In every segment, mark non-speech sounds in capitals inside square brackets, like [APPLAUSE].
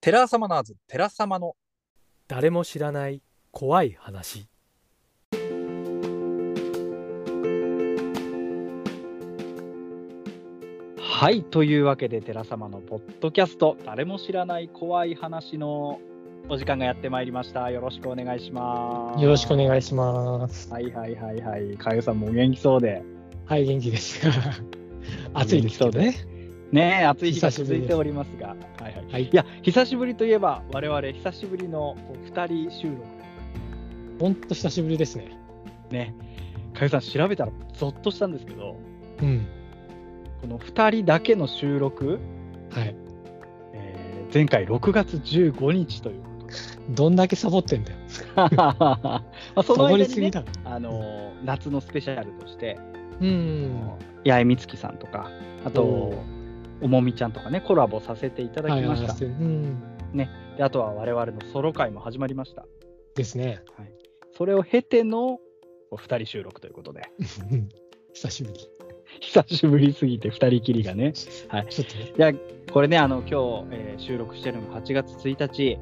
テラサマナーズ、テラサマの。誰も知らない怖い話はいというわけで寺様のポッドキャスト誰も知らない怖い話のお時間がやってまいりましたよろしくお願いしますよろしくお願いします。はいはいはいはいかゆさんもお元気そうではい、元 [LAUGHS] 気です。暑いですけどね。ねえ暑い日が久しぶ続りいですておりますがはいはいはいい、や久しぶりといえば我々久しぶりのこう2人収録ほんと久しぶりですね。ねかゆさん調べたらゾッとしたんですけどうん。この2人だけの収録、はい。えー前回6月15日 [LAUGHS] というどんだけサボってんだよ。まあそサのボ間りにすねぎだろ。あのー夏のスペシャルとして、うん。八重美月さんとかあとおおもみちゃんとかねコラボさせていただはきい、ま話した、してる。うん。であとは我々のソロ会も始まりましたです [LAUGHS] ね。それを経てのお二人収録ということでうん久しぶり。 [LAUGHS] 久しぶりすぎて二人きりがねはいちょっとね。いやこれねあの今日、えー収録してるのが8月1日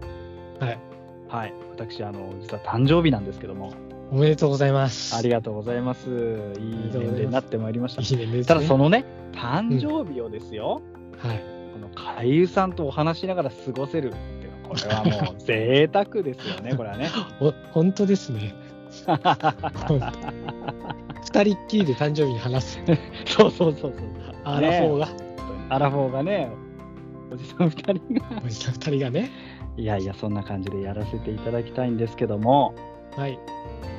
はい。はい私あの実は誕生日なんですけどもおめでとうございます。ありがとうございますいい年齢になってまいりましたいいねですね。ただそのね誕生日をですよ、はい。この海遊さんとお話しながら過ごせるっていうのはこれはもう贅沢ですよ [LAUGHS] ねこれはねお、本当ですね。 [LAUGHS] ほんと二人っきりで誕生日に話す。そうそうそうそうあらほうが、アラフォーがねおじさん2人がおじさん二人がね。いやいやそんな感じでやらせていただきたいんですけどもはい。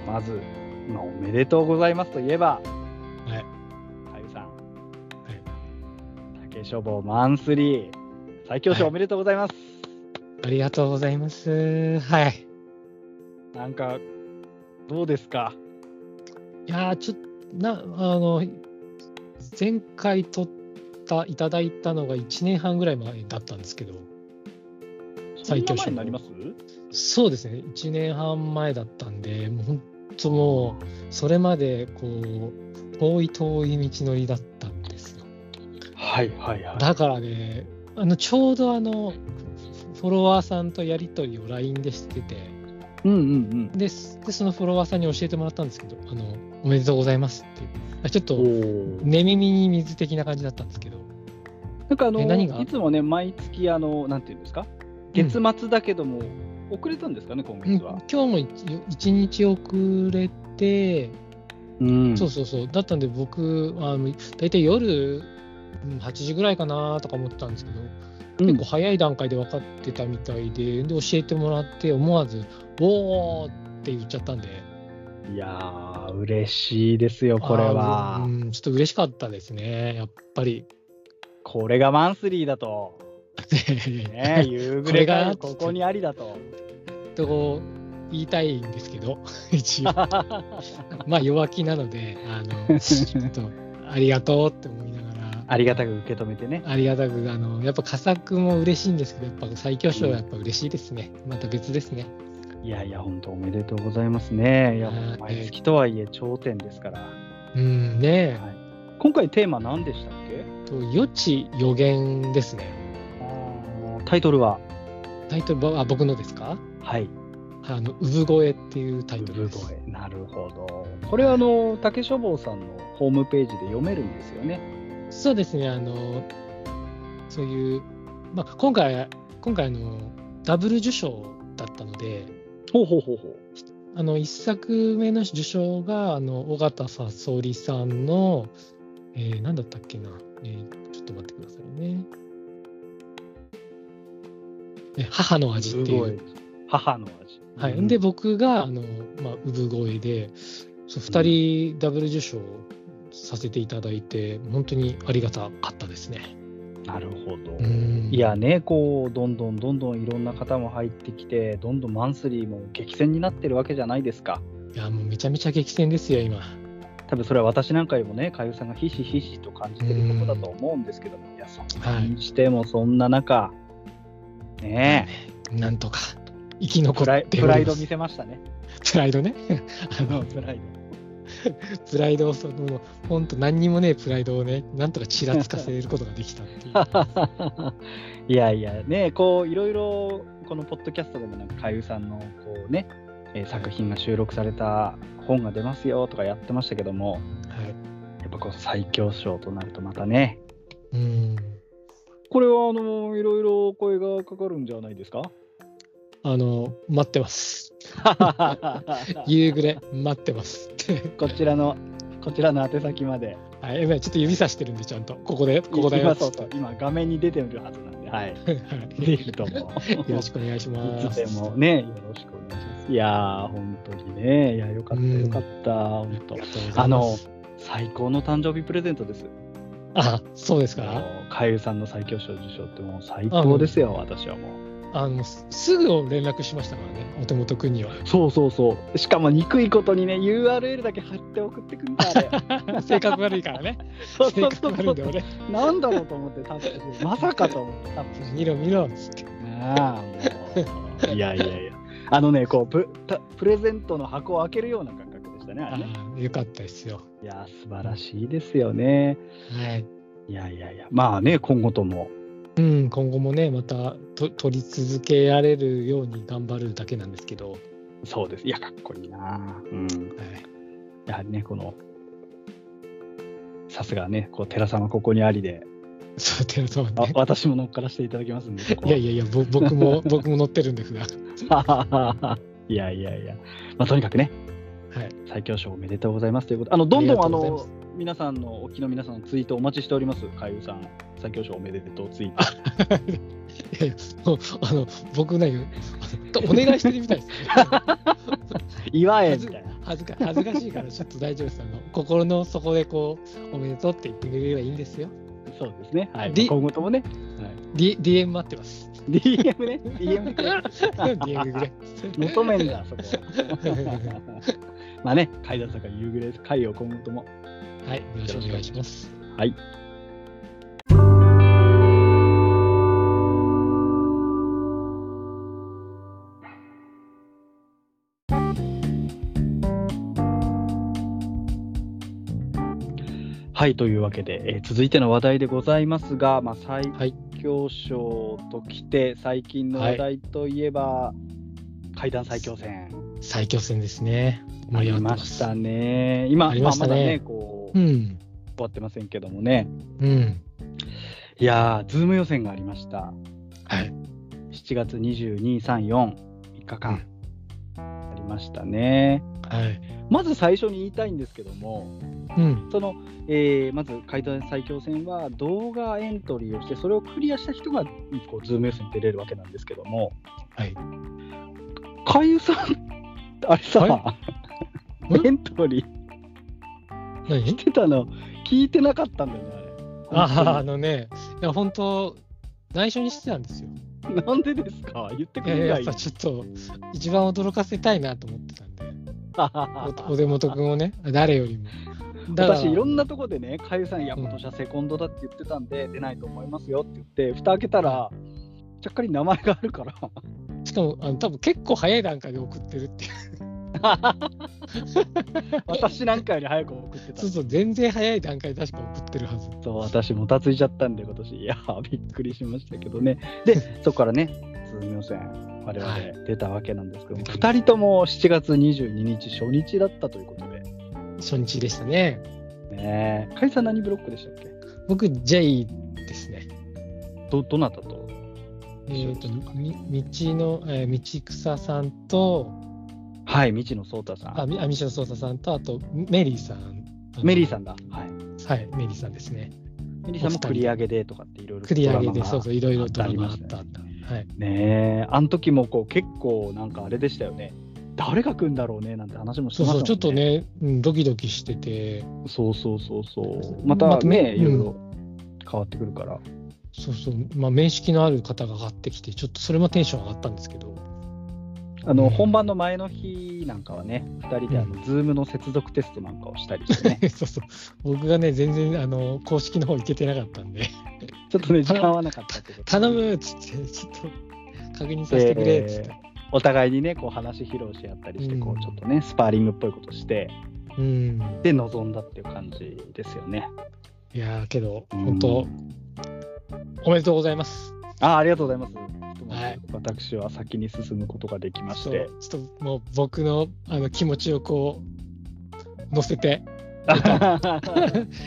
まず、まあ、おめでとうございますといえばはい海遊さん、竹書房マンスリー最強賞はいおめでとうございます、ありがとうございます。はい。なんかどうですかいやーちょっとなあの前回取ったいただいたのが1年半ぐらい前だったんですけど最強賞そんな前になりますそうですね1年半前だったんでもう本当もうそれまでこう遠い遠い道のりだったんですよはいはいはいだからねあのちょうどあのフォロワーさんとやり取りを LINE でしててうんうんうんででそのフォロワーさんに教えてもらったんですけど「あのおめでとうございます」っていうあちょっと寝耳に水的な感じだったんですけどなんかあのえ何がいつもね、毎月、あのなんていうんですか、月末だけども、遅れたんですかね、今うん月今は。日も一一日遅れて、うんそうそうそう、だったんで、僕、あの大体夜うん8時ぐらいかなとか思ってたんですけど、結構早い段階で分かってたみたいで、で教えてもらって、思わず、おーって言っちゃったんで、いやー、嬉しいですよ、これあーは。うん、ちょっと嬉しかったですね、やっぱり。これがマンスリーだと、ね、 [LAUGHS] 夕暮れがこれこがこにありだと。とこう言いたいんですけど、 [LAUGHS] 一応、まあ弱気なので、あのちょっとありがとうって思いながら。ありがたく受け止めてね。ありがたく、あの、やっぱ佳作も嬉しいんですけど、やっぱ最強賞はやっぱ嬉しいですね。また別ですね。いやいや、本当おめでとうございますね。いや、はいもう毎月とはいえ、頂点ですから。うん、ね今回テーマ何でしたっけえ。と、予知予言ですね。タイトルは、タイトルば、あ、僕のですかはい、あの、産声っていうタイトル産です。声なるほどこれはあの竹書房さんのホームページで読めるんですよねそうですね、あの、そういう、まあ、今回、今回、あの、ダブル受賞だったので、ほうほうほうほあの1作目の受賞があの尾形さそりさんの、えー、何だったっけな、えーちょっと待ってくださいね。え母の味っていう。母の味はうい、んで僕があの、まあ、産声でそう2人ダブル受賞させていただいて本当にありがたかったですね。なるほどうんいやねこうどんどんどんどんいろんな方も入ってきてどんどんマンスリーも激戦になってるわけじゃないですかいやもうめちゃめちゃ激戦ですよ今。多分それは私なんかよりもねかゆさんがひしひしと感じてることだと思うんですけどもいやそはれいにしてもそんな中ねえなんとか生き残プラっイてプライドおり見ますせましたねプライドね。あのプライプライドをその、ほんと何にもねえプライドをね、なんとかちらつかせることができ [LAUGHS] たっていう。いやいやねこういろいろこのポッドキャストでもなんかかゆうさんのこうねえー作品が収録された本が出ますよとかやってましたけどもはい。やっぱこう最強賞となるとまたねうん。これはあのいろいろ声がかかるんじゃないですかあの、待ってます。夕暮れ、待ってます。 [LAUGHS] [LAUGHS] こちらのこちらの宛先まではい、やばいちょっと指さしてるんで、ちゃんと。ここで、ここだよ今っつそっうて。そうは今画面に出てるはずなんではいい [LAUGHS] 出ると思うよろしくお願いしいまつす。でもね、よろしくお願いします。いやー、本当にね、いや、よかった、うんよかった、本あ当り。がとうございますあの、最高の誕生日プレゼントです。あ、そうですもか。うかゆさんの最強賞受賞ってもう最高ですよ、私はもう。あの、すすぐ連絡しましたからね、お手元君には。 [LAUGHS] そうそうそう。しかも、憎いことにね、URL だけ貼って送ってくんだ、あ [LAUGHS] れ。性格悪いからね。 [LAUGHS] そう性そう格そう悪そいうんだ。よね。なんだろうと思って、タップしてまさかと思って、タップして見ろ見ろっつって。あ [LAUGHS] あ、もう。いやいやいや。あのね、こうプ、たプレゼントの箱を開けるような感覚でしたね、あれね。あよかったですよ。いや、素晴らしいですよね。はい。いやいやいや、まあね、今後とも。うん、今後もね、またと取り続けられるように頑張るだけなんですけど、はい、そうです。いや、かっこいいな。うん。やはりね、この、さすがね、こう、寺様ここにありで、そうてそうあね。私も乗っからせていただきますんで、 [LAUGHS] そこいはやいやいや、ぼ僕 [LAUGHS] も僕も乗ってるんですが、 [LAUGHS] いやいやいや、まあ、とにかくね、はい、最強賞おめでとうございますということあのどんどんあありがとうござの皆さんの、お聞きの皆さんのツイートお待ちしております、かゆうさん、最強賞おめでとうツイート。いやいやもうあの僕なんかあのとお願いしてるみたいです、ね。祝え恥みたずいな。恥ずか恥ずかしいからちょっと大丈夫です。あの心の底でこうおめでとうって言ってくれればいいんですよ。そうですね、はい、 D- 今後とも [LAUGHS] ね、 D DM 待ってます。 DM ね、DM でくれ [LAUGHS] DM ぐらい。求めんだ、そこはは。まあね、海田坂夕暮れ会を今後とも。はい、よろしくお願いします。はい、というわけで、えー続いての話題でございますが、まあ、最はい強賞ときて、最近の話題といえば、階段最強戦最強戦ですね。あ盛りり上がっまてましす。たね。今、ありましたねあまだね、こう、う終ん、わってませんけどもね。うん、いやー、ズーム予選がありました。はい。 7月22、3、4、3日間、ありましたね。はい。まず最初に言いたいんですけども、うん、その、えーまず怪談最強戦は動画エントリーをして、それをクリアした人がこうズーム予選に出れるわけなんですけども、はい。海遊さん、あれさ、は [LAUGHS] んエントリー何してたの聞いてなかったんだよね、ああ、ああのね、いや、本当内緒にしてたんですよ。れ。なんでですか言ってくいやれなやっいぱ [LAUGHS] ちょっと、一番驚かせたいなと思ってたんで、おお出元君をね、誰よりも。だから私、いろんなとこでね、かゆさん、いや、今年はセコンドだって言ってたんで、出ないと思いますよって言って、蓋開けたら、ちゃっかり名前がある [LAUGHS] から、しかも、あの多分結構早い段階で送ってるっていう。私なんかより早く送ってたそう。そう、全然早い段階で確か送ってるはず。そう私もたついちゃったんで今年いや [LAUGHS] ーびっくりしましたけどね [LAUGHS] でそこからね通予選我々はい出たわけなんですけども、出た2人とも7月22日初日だったということで初日でしたね。ねえ甲斐さん何ブロックでしたっけ僕、J ですね。どどなたとえーと、み道の、えー道草さんと、はい未知の颯太さあ、んみあみしろそうたさんと、あと、メリーさん。メリーさんさんだはいはい、メリーさんですね。メリーさんもお二人繰り上げでとかっていろいろ繰り上げで、そうそう、いろいろとドあラりマまあっ、したあたっねた。はい。ねえあの時もこう結構なんかあれでしたよね誰が来るんだろうねなんて話もしてそうましたもんそう、ちょっとね、うんドキドキしてて、そうそうそうそう。ままたたね、うんいろいろ変わってくるから。そうそう、まあ、面識のある方が上がってきて、ちょっとそれもテンション上がったんですけど、 [LAUGHS] あの、うん本番の前の日なんかはね、2人であうの、ズームの接続テストなんかをしたり [LAUGHS] してね、そうそう、僕がね、全然、あの、公式の方行けてなかったんで、 [LAUGHS] ちょっとね、時間合わなかったけど。頼むっつって、ちょっと、確認させてくれっつってで。お互いにね、こう話披露し合ったりして、こうう、んちょっとね、スパーリングっぽいことして、うん。で臨んだっていう感じですよね。いやーけど、うん本当、おめでとうございます。あありがとうございます。はい私は先に進むことができましちて [LAUGHS] ょ。っと、ちょっともう僕のあの気持ちをこう、乗せて、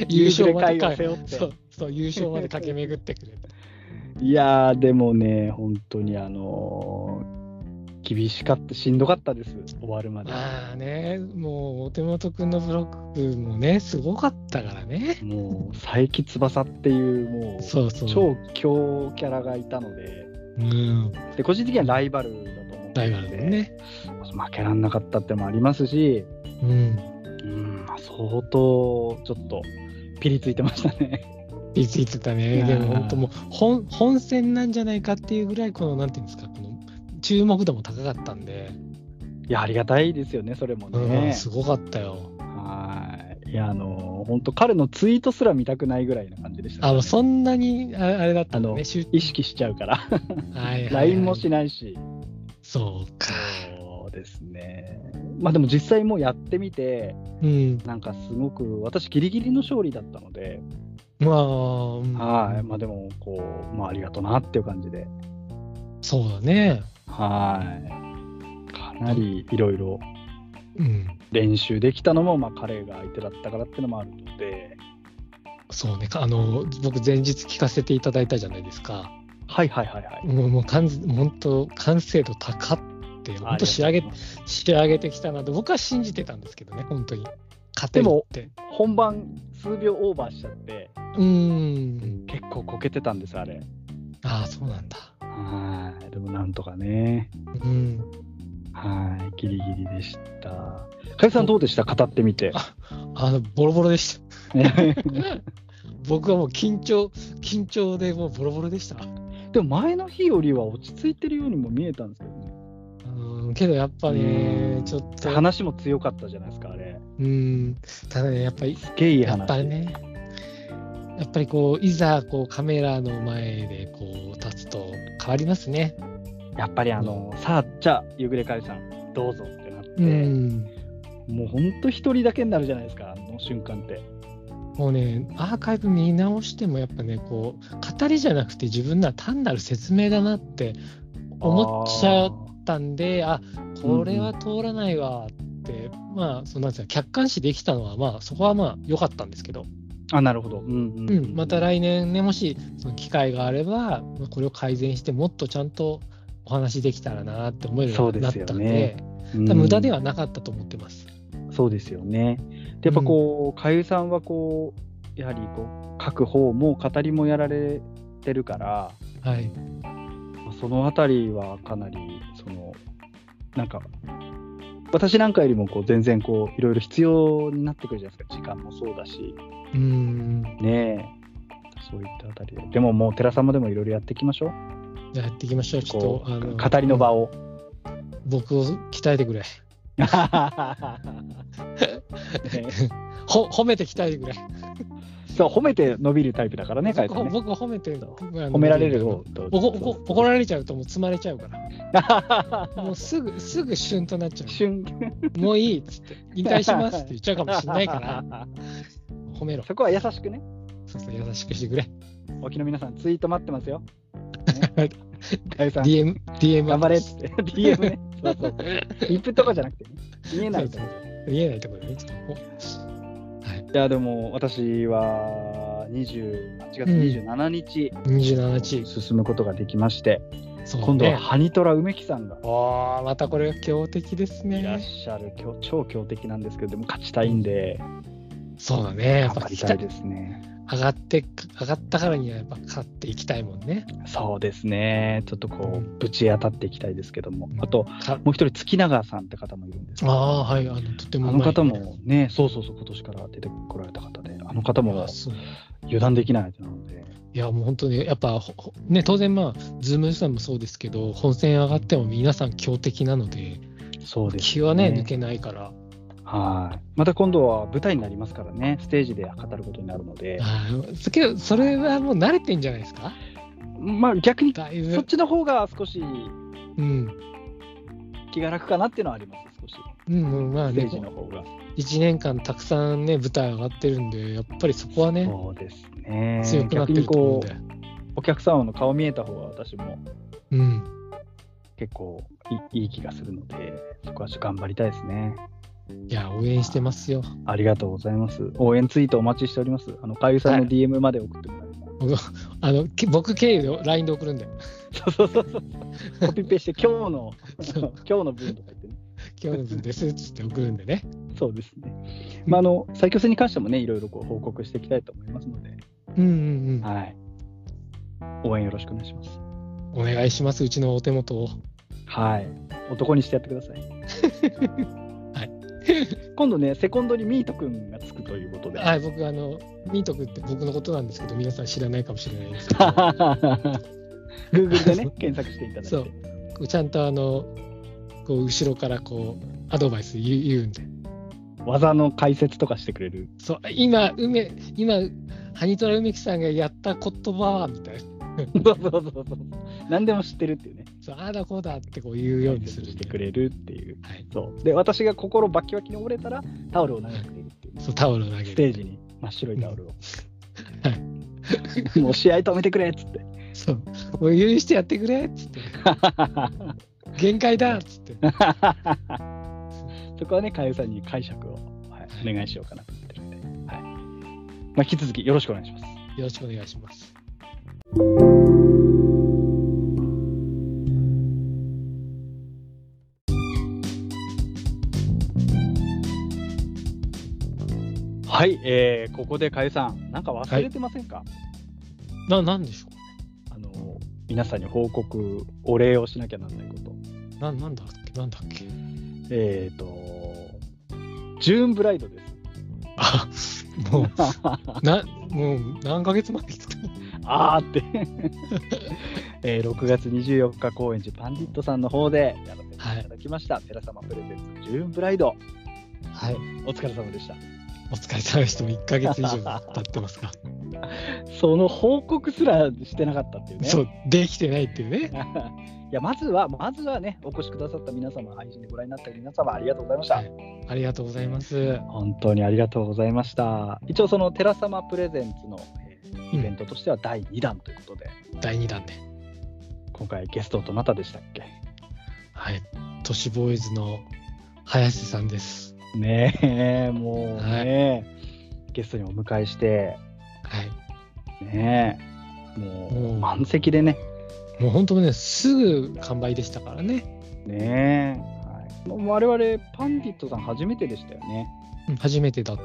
優勝まで会かを背負ってそうそう、優勝まで駆け巡ってくれた。いやーでもね、本当にあのー厳しかった、しんどかったです、終わるまで。まあね、もう、お手元くんのブロックもね、すごかったからね。もう、佐伯翼っていう、もう、そうそう。超強キャラがいたので、うん、で個人的にはライバルだと思うんライバルだよね。負けられなかったってのもありますし、うん。うん、まあ相当、ちょっと、ピリついてましたね。 [LAUGHS] いついつだね。あーでも本当もう本、本戦なんじゃないかっていうぐらい、この、なんていうんですか、この、注目度も高かったんで、いや、ありがたいですよね、それもうん、ね。すごかったよ。はい。いや、あのー、本当彼のツイートすら見たくないぐらいな感じでした、あの、そんなに、ああれだったんだあのね、集意識しちゃうから。 [LAUGHS] はいはいはい LINE もしない [LAUGHS] し、そうか。そうですね、まあでも実際もうやってみて、うん。なんかすごく、私、ギリギリの勝利だったので、まあ、うんはいまあ、でもこう、まあ、ありがとなっていう感じで、そうだね。はいかなりいろいろうん。練習できたのも、まあ、彼が相手だったからってのもあるので、そうね。かあの、僕、前日聞かせていただいたじゃないですか。はいはいはいはい。もう、もう完全、本当完成度高って、本当仕上げありがとうござい、ます仕上げてきたなと、僕は信じてたんですけどね、本当に。勝てるって。本番数秒オーバーしちゃってうーん。結構こけてたんですあれああ、そうなんだ。はいでもなんとかねうん。はい、ギリギリでした。かゆさんどうでした語ってみ [LAUGHS] て。あの、ボロボロでした。で僕はもう緊張、緊張でもうボロボロでした。も前の日よりは落ち着いてるようにも見えたんですけどね。うん、けどやっぱうねん、ちょっと、話も強かったじゃないですか、あれ。うん、ただね、やっぱり、すげえいいや話。っぱりね、やっぱりこう、いざこうカメラの前でこう立つと変わりますね。やっぱりあの、さあ、じゃあ、ゆぐれかゆさん、どうぞってなって、うん。もうほんと一人だけになるじゃないですか、あの瞬間って。もうね、アーカイブ見直しても、やっぱね、こう、語りじゃなくて自分なら単なる説明だなって思っちゃうったんで、あこれは通らないわって、まあ、そのなんですか、客観視できたのは、まあ、そこはまあ、良かったんですけど、あーあ、なるほど。うんうん、うん、また来年ね、もし、その機会があれば、まあこれを改善して、もっとちゃんとお話できたらなって思えるようになったそんうで、ですうん多分無駄ではなかったと思ってます。そうですよね。でやっぱこう、かゆさんはこう、やはりこう書く方も語りもやられてるから、はい。まあそのあたりはかなり、その、なんか、私なんかよりもこう全然こういろいろ必要になってくるじゃないですか、時間もそうだし、うん、ねえ、そういったあたりで。でももう、寺様でもいろいろやっていきましょう。じゃあやっていきましょう、ちょっ、ことうあの語りの場を。僕を鍛えてくれ。ねえほ褒めて鍛えてくれ。そう、褒めて伸びるタイプだからね、かゆさんね僕、僕褒めて、そう褒褒められる方と。おこおこ怒られちゃうともう積まれちゃうからもうすぐすぐシュンとなっちゃ瞬うもういいっつって引退しますって言っちゃうかもしれないから [LAUGHS] 褒めろそこは優しくねそうそう優しくしてくれ沖の皆さんツイート待ってますよ [LAUGHS] はいかゆさん DM, DM 頑張れっつって [LAUGHS] DM ねそうそうリップとかじゃなくてね見えないとそう見えないところでねちょっとこうはいいやでも私は28月27日、 27チーム進むことができまして、そうね今度はハニトラ梅木さんがあーまたこれが強敵ですいらっねしゃる強超強敵なんですけどでも勝ちたいんでそうだねや頑っぱ張りたいですね上がって上がったからにはやっぱ勝っていきたいもんねそうですねちょっとこうぶち当たっていきたいですけどもうんあとかもう一人月永さんって方もいるんですけどああーはいあのとてあもうのまい方もね、そうそうそう、今年から出てこられた方で、あの方もあそう油断できない相手なので、いやもう本当にやっぱほほね当然まあズームさんもそうですけど本戦上がっても皆さん強敵なのでそうです、気はね抜けないからはい。また今度は舞台になりますからね、ステージで語ることになるので、あーすけどそれはもう慣れてんじゃないですかまあ逆にだいそっぶちの方が少しうん気が楽かなっていうのはあります、少し。うんうんまあステねージの方が。 1年間たくさんね舞台上がってるんでやっぱりそこはねそうですね。強くなって逆るにと思うんこでう、お客様の顔見えた方が私もうん結構いいいい気がするので、そこはちょっと頑張りたいですね。いや応援してますよありがとうございます。応援ツイートお待ちしております。あの、かゆさんはのい DM まで送ってもらえます。 [LAUGHS] あのけ僕経由で LINE で送るんでそうそうそうそう。 [LAUGHS] コピペして、今日の、 [LAUGHS] 今日の分とか言ってね。今日の分ですっつって送るんでねそうですね。まあ、あの、最強戦に関してもね、いろいろこう報告していきたいと思いますので、うんうんはい。応援よろしくお願いします。うんお願いしますうちのお手元をはい。男にしてやってください。 [LAUGHS] はい。今度ね、セコンドにミートくんがつくということで。はい僕あのミート君って僕のことなんですけど皆さん知らないかもしれないんですけ [LAUGHS] ど [LAUGHS] Google でね、検索していただいて。そうこうちゃんとあのこう後ろからこうアドバイス言う言うんで技の解説とかしてくれる。そう今梅今ハニトラ梅木さんがやった言葉はみたいなそうそうそうそう。何でも知ってるっていうね。そうああだこうだってこう言うようにするんしてでくれるっていう。はい、そう。で、私が心バキバキに折れたら、タオルを投げてくれるっていうね、そうタオルを投げるステージに真っ白いタオルを。はもう試合止めてくれっつって。 [LAUGHS] そうもう許してやってくれっつって限界だっ [LAUGHS] つってそこはね、かゆさんに解釈を、はい、お願いしようかなと思ってるんで、はいまあ、引き続きよろしくお願いします。よろしくお願いしますはい、えーここでかゆさん、なんか忘れてませんか、ななんでしょうあの皆さんに報告、お礼をしなきゃなんないこと。ななんだっけなんだっけえっ、と、ジューンブライドです。あもう [LAUGHS] なもう何ヶ月前に来たあーって、 [LAUGHS] えー6月24日公演時パンディットさんの方でやらせていただきました、寺様プレゼンツジューンブライドはいお疲れ様でしたお疲れ様でしたもう1ヶ月以上経ってますか、その報告すらしてなかったっていうねそうできてないっていうねいやまずはまずはねお越しくださった皆様配信でご覧になった皆様ありがとうございました、はいありがとうございます本当にありがとうございました一応その寺様プレゼンツのえーイベントとしては第2弾ということで、第2弾で今回ゲストどなたでしたっけ [LAUGHS] はい都市ボーイズの林さんですねえもうね、ゲストにお迎えしてはいねえ、もううん満席でね。もう本当ね、すぐ完売でしたからね、ねえ、はい。我々パンディットさん初めてでしたよね。初めてだった。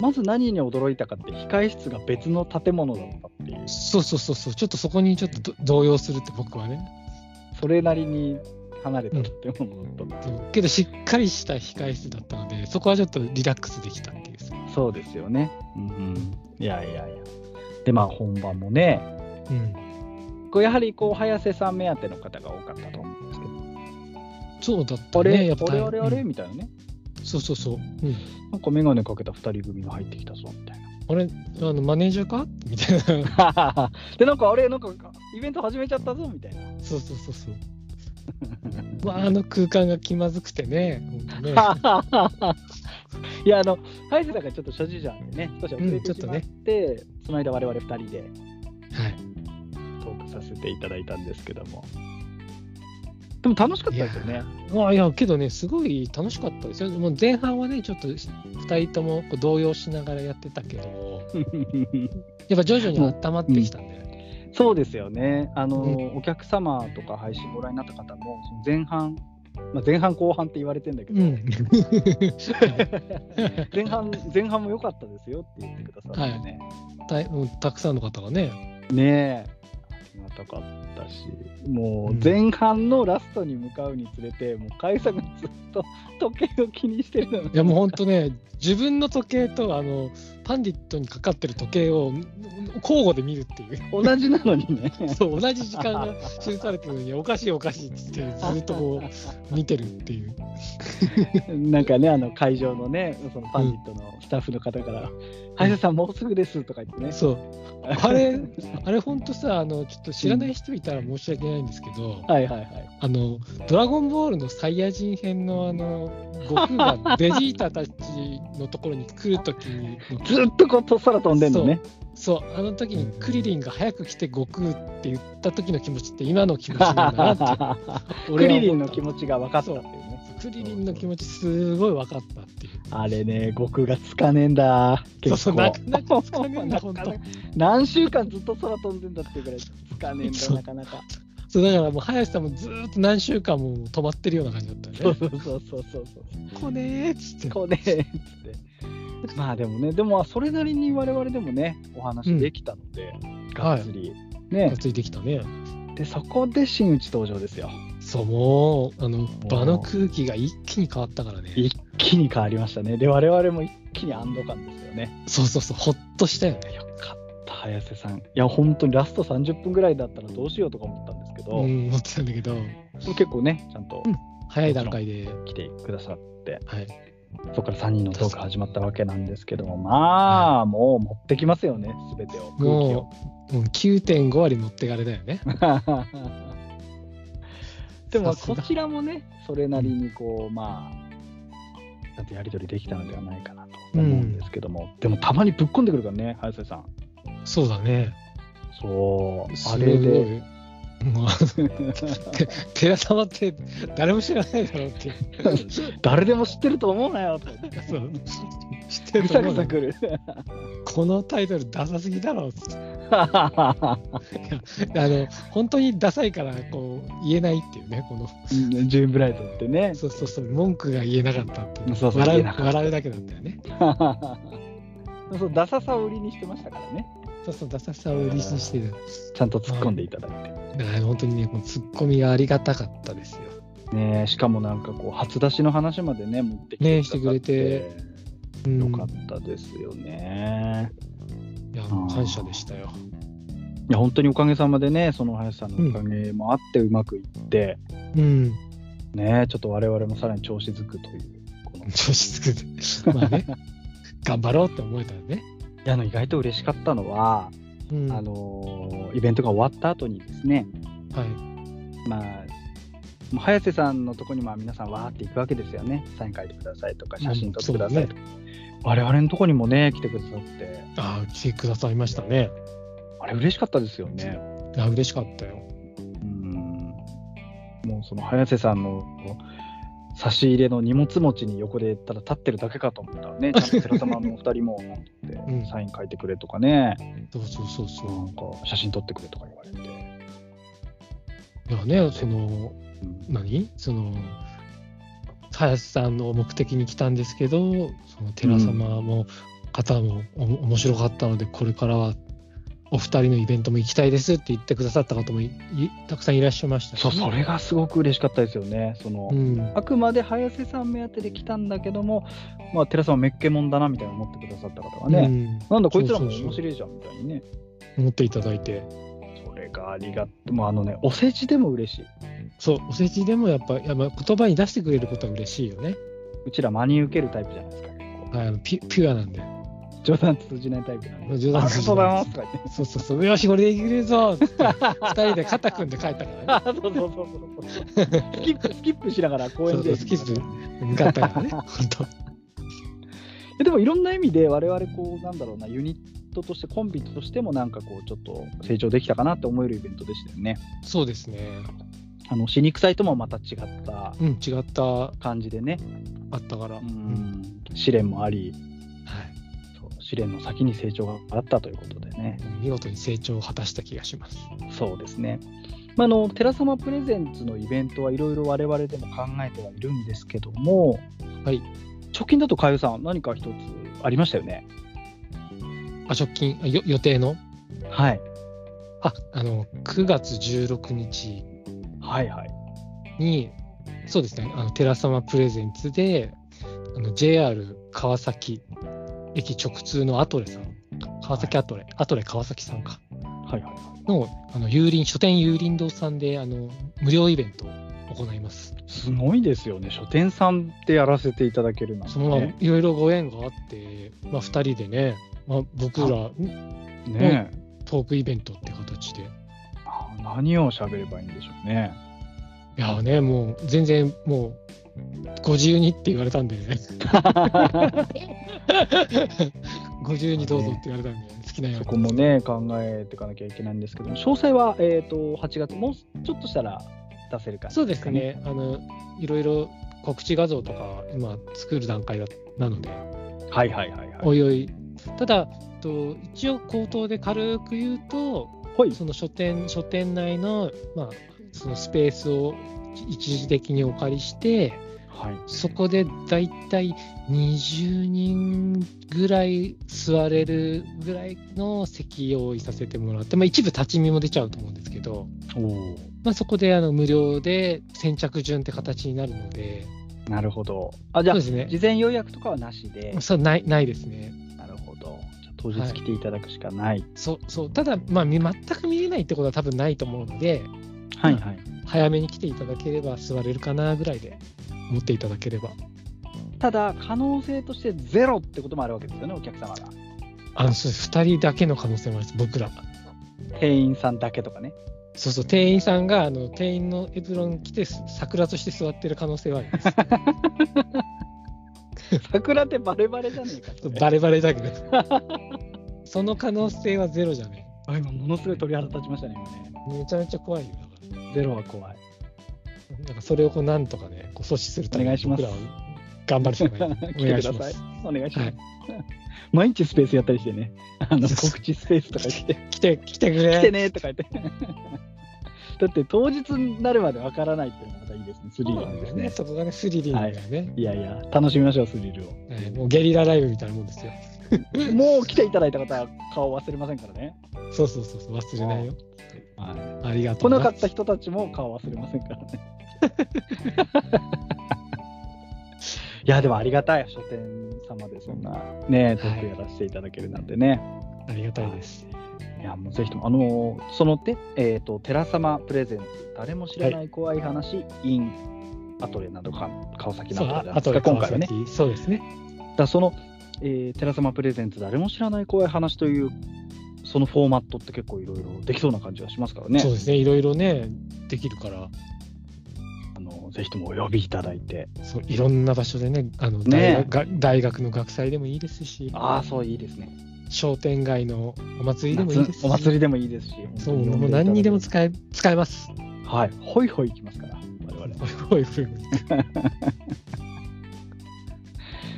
まず何に驚いたかって控え室が別の建物だったっていう。そうそうそうそう、ちょっとそこにちょっとど動揺するって僕はね。それなりに離れた建物だったんでそうけどしっかりした控え室だったので、そこはちょっとリラックスできたっていうさ。そうですよね。うん、いやいやいや。でまあ本番もね、うん。こうやはりこう早瀬さん目当ての方が多かったと思うんですけど。そうだっあたれ、ね、やっぱあれあれあれ、うんみたいなね。そうそうそう。うん、なんか眼鏡かけた2人組が入ってきたぞみたいな。あれ、あのマネージャーかみたいな。 [LAUGHS] でなんかあれなんかイベント始めちゃったぞみたいな。そうそうそ [LAUGHS] うそう。まあ、あの空間が気まずくてね。本当ね [LAUGHS] いやあの早瀬さんがちょっと諸事情あってね少し遅れうんちてょっしとまっねて、その間我々2人ではい。トークさせていただいたんですけどもでも楽しかったですよねまあいやけどね、すごい楽しかったですよ。もう前半はね、ちょっと2人ともこう動揺しながらやってたけど、やっぱ徐々に温まってきたんで、 [LAUGHS] そうですよねあの、うお客様とか配信ご覧になった方もその前半、まあ、前半後半って言われてんだけど、うん、前半前半も良かったですよって言ってくださってね、たもうたくさんの方がね、ねえありがたかったしもううん前半のラストに向かうにつれて、もう海さんがずっと [LAUGHS] 時計を気にしてるの [LAUGHS] いやもう本当ね、自分の時計とあのパンディットにかかってる時計を交互で見るっていう、同じなのにねそう同じ時間が記されてるのに、おかしいおかしいっつって、ずっとこう見てるっていう、なんかねあの会場のねそのパンディットのスタッフの方から「林、さんもうすぐです」とか言ってねそう、あれ、あれ本当さ、あのちょっと知らない人いたら申し訳ないんですけど、 [LAUGHS] はいはいはいあの、ドラゴンボールのサイヤ人編のあの、悟空がベジータたちのところに来るときに、ずっとこうとっさら飛んでんのね。そう、あの時にクリリンが早く来て悟空って言った時の気持ちって今の気持ち [LAUGHS] なんだ [LAUGHS] なって、ク俺はリ思ったリンの気持ちが分かったっていうね。クリリンの気持ちすごい分かったっていう。あれね、僕がつかねえんだ。そう結 [LAUGHS] そう、構なかなかつかねえんだ、本当。何週間ずっと空飛んでんだっていうぐらいつかねえんだ、そうなかなか。そう、だからもう林さんもずーっと何週間も止まってるような感じだったよね。そうそうそうそうそうそう。こねーっつって。こうねえっつって。まあでもね、でもそれなりに我々でもね、お話できたので、がっつり。ね、ついてきたね。でそこで真打ち登場ですよ。そう、もう、あの、場の空気が一気に変わったからね。一気に変わりましたね。で、我々も一気に安堵感ですよね。そうそうそう、ほっとしたよね。よかった、早瀬さん。いや、本当にラスト30分ぐらいだったらどうしようとか思ったんですけど、うん、思ってたんだけど、結構ね、ちゃんと早い段階で、来てくださって、はい。そこから3人のトーク始まったわけなんですけども、まあ、もう持ってきますよね、すべてを、空気をも。う、うん、9.5割持ってかれだ [LAUGHS] よね。 [LAUGHS] でも、さすこがちらもね、それなりにこう、まあ、ちゃんとやり取りできたのではないかなと思うんですけども、でもたまにぶっ込んでくるからね、早瀬さん。そうだね。そう、あすれごで。い。もう、 [LAUGHS] 寺様って誰も知らないだろうっていう。 [LAUGHS] 誰でも知ってると思うなよと。そう。知ってぐるとさぐ思うさよくる。このタイトルダサすぎだろうっつってあの本当にダサいからこう言えないっていうねこの [LAUGHS] ジューンブライトってね。そうそうそう文句が言えなかったっていうそうそう言笑えうなかった笑うだけだったよねそうダサさを売りにしてましたからね。そうそうダサさを売りにしてるちゃんと突っ込んでいただいて。だから本当にねこのツッコミがありがたかったですよねえしかもなんかこう、初出しの話までね、持ってきねてえしてくれてうんよかったですよね。いやもう感謝でしたよいや、本当におかげさまでね、その林さんのおかげもあってうまくいって、うんねえちょっと我々もさらに調子づくという。この調子つくてま [LAUGHS] あね頑張ろうって思えたよねいやあの意外と嬉しかったのは、うんあのーイベントが終わった後にですね、はいまあ、もう早瀬さんのとこにまあ皆さんわーって行くわけですよね、サイン書いてくださいとか、写真撮ってくださいとか、我々のとこにもね、来てくださって、ああ来てくださいましたねあれ、嬉しかったですよね。いや嬉しかったようんもうその早瀬さんの差し入れの荷物持ちに横でただ立ってるだけかと思ったら [LAUGHS] ね、ちゃんと寺様のお二人もなんて言ってうんサイン書いてくれとかね、そうそうそうそうなんか写真撮ってくれとか言われて。だからねそのうん何その林さんの目的に来たんですけどその寺様も方もおも面白かったのでこれからはお二人のイベントも行きたいですって言ってくださった方もいいたくさんいらっしゃいましたしそうそれがすごく嬉しかったですよね。そのうん、あくまで早瀬さん目当てで来たんだけども、まあ、寺さんはめっけもんだなみたいな思ってくださった方がね、なんだこいつらもそうそうそう面白いじゃんみたいにね、うん、持っていただいてそれがありがともうあのね、お世辞でも嬉しい。そうお世辞でもやっぱやっぱ言葉に出してくれることは嬉しいよね、うちら真に受けるタイプじゃないですか、結構はい、あのピピュアなんで冗談通じないタイプなんで。冗談通じないありがとうございますとか言って。そうそうそうよしこれでいけるぞっつって二人で肩組んで帰ったからねあそうそうそうそうそうスキップスキップしながら公園そでうそうスキップ向かったからね [LAUGHS] 本当でもいろんな意味で我々こうなんだろうなユニットとしてコンビとしてもなんかこうちょっと成長できたかなって思えるイベントでしたよねそうですね。あの死肉祭ともまた違ったうん、違った、あ感じでねったから。ううんん試練もありはい。そう試練の先に成長があったということでね見事に成長を果たした気がします。そうですね、まあ、あの寺様プレゼンツのイベントはいろいろ我々でも考えてはいるんですけども、はい、直近だとかゆさん何か一つありましたよねあ、直近、あよ予定のはいあ、あの、9月16日はいはいに、そうですね、あの、寺様プレゼンツで、あの、JR 川崎駅直通のアトレさん、川崎アトレ、アトレ川崎さんか、はいはいの、あの、有林、書店有林堂さんで、あの、無料イベントを行います。すごいですよね書店さんでやらせていただけるなんてそのままねいろいろご縁があって、まあ、2人でね、まあ、僕らんねトークイベントって形であ何を喋ればいいんでしょうねいやね、もう全然もう52って言われたんで [LAUGHS] ね、52どうぞって言われたんで、好きなよそうに。こもね、考えていかなきゃいけないんですけども、詳細は、えー、と8月、もうちょっとしたら出せるかそうですね、あのいろいろ告知画像とか今作る段階だなので、はいはいはいはい。おいおい。ただ、えっと一応口頭で軽く言うと、ほいその書店書店内の,、まあそのスペースを一時的にお借りして、はいそこでだいたい20人ぐらい座れるぐらいの席用意させてもらって、まあ、一部立ち見も出ちゃうと思うんですけど、おまあ、そこであの無料で先着順って形になるので、ーなるほど。あじゃあ、そうですね事前予約とかはなしで、そうないないですね。なるほど。じゃあ当日来ていただくしかない。そうそうただ、まあ、み全く見れないってことは多分ないと思うので、はい、はい、早めに来ていただければ座れるかなぐらいで持っていただければ。ただ、可能性としてゼロってこともあるわけですよね、お客様が。あの、そう2人だけの可能性もあります、僕ら。店員さんだけとかね。そうそう、店員さんが、あの、店員のエプロン着て、す桜として座ってる可能性はあり [LAUGHS] ます。桜ってバレバレじゃねえかそれ。バレバレだけど。その可能性はゼロじゃない。あ今、ものすごい鳥肌立ちましたね、今ね。めちゃめちゃ怖いよ。だかゼロは怖い。らなんかそれをこうなんとかね、こう阻止するたおめ願にいします僕らは頑張るしかな [LAUGHS] い。来てください。お願いしまはすい。 [LAUGHS] 毎日スペースやったりしてね、あのそうそう告知スペースとか来て、来て、来てく来てれ。ねとか言って。 [LAUGHS] だって当日になるまでわからないっていうのがまたいいですね、スリそうルながんだですよね。ね。そこがね、スリリングだよね、いやいや、楽しみましょう、スリルを。はいもうゲリラライブみたいなもんですよ。もう来ていただいた方は顔忘れませんからね。そうそうそうそう、忘れないよ。ありがと来うななかった人たちも顔忘れませんから [LAUGHS] ね。いや、でもありがたい、書店様でそんなね、トークやらせていただけるなんてね。ありがたいです。いやもうぜひともあのーその手えっ、と寺様プレゼンツ誰も知らない怖い話、インアトレなどか川崎なそどう、じゃあないあですとか今は今回回はねね。そうですね。だからその、えー、寺様プレゼンツ誰も知らない怖い話というそのフォーマットって結構いろいろできそうな感じがしますからねそうですね、いろいろね、できるから、あのーぜひともお呼びいただいてそういろんな場所でね、あの大ね学が大学の学祭でもいいですし、ああそういいですね商店街のお祭りでもいいですし、夏お祭りでもいいですしそう、本当もう呼んいただけ何にでもる使え使えます。はいホイホイ行きますから我々おいおいおい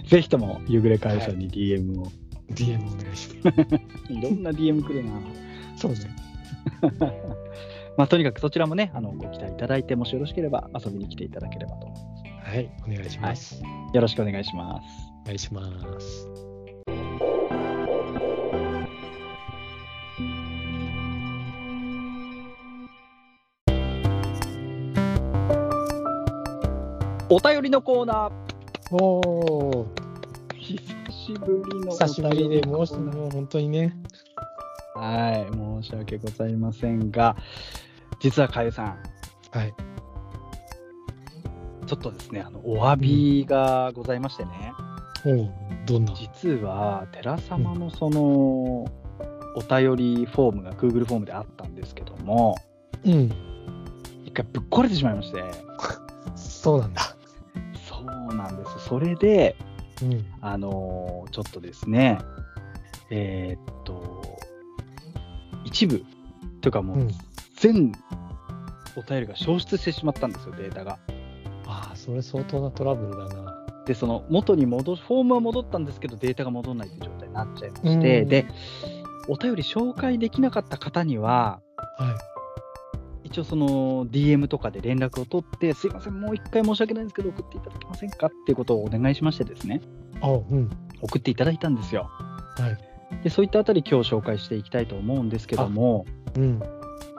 ぜひとも夕暮れ会社に DM を、 DM お願いしまい、ろんな DM 来るなす。そうね。まあ、とにかくそちらもね、あのご期待いただいて、もしよろしければ遊びに来ていただければと。はい、お願いします。よろしくお願いします。お願いします。お便りのコーナー、おお、久しぶりの久しぶりで、もううもう本当にね、はい、申し訳ございませんが、実はかゆさん、はい、ちょっとですね、あのお詫びがございましてね、おお、どんな。実は寺様のその、お便りフォームが Google フォームであったんですけども、うん、一回ぶっ壊れてしまいまして、そうなんだ。そうなんです。それで、うん、あのーちょっとですね、えーっと、一部、というかもう、うん全お便りが消失してしまったんですよ、データが。ああ、それ相当なトラブルだな。で、その元に戻す、フォームは戻ったんですけど、データが戻らないという状態になっちゃいまして、うんで、お便り紹介できなかった方には、はい。一応その DM とかで連絡を取って、すいません、もう一回申し訳ないんですけど、送っていただけませんかっていうことをお願いしましてですね、あ、うん、送っていただいたんですよ。はい。でそういったあたり今日紹介していきたいと思うんですけどもうん。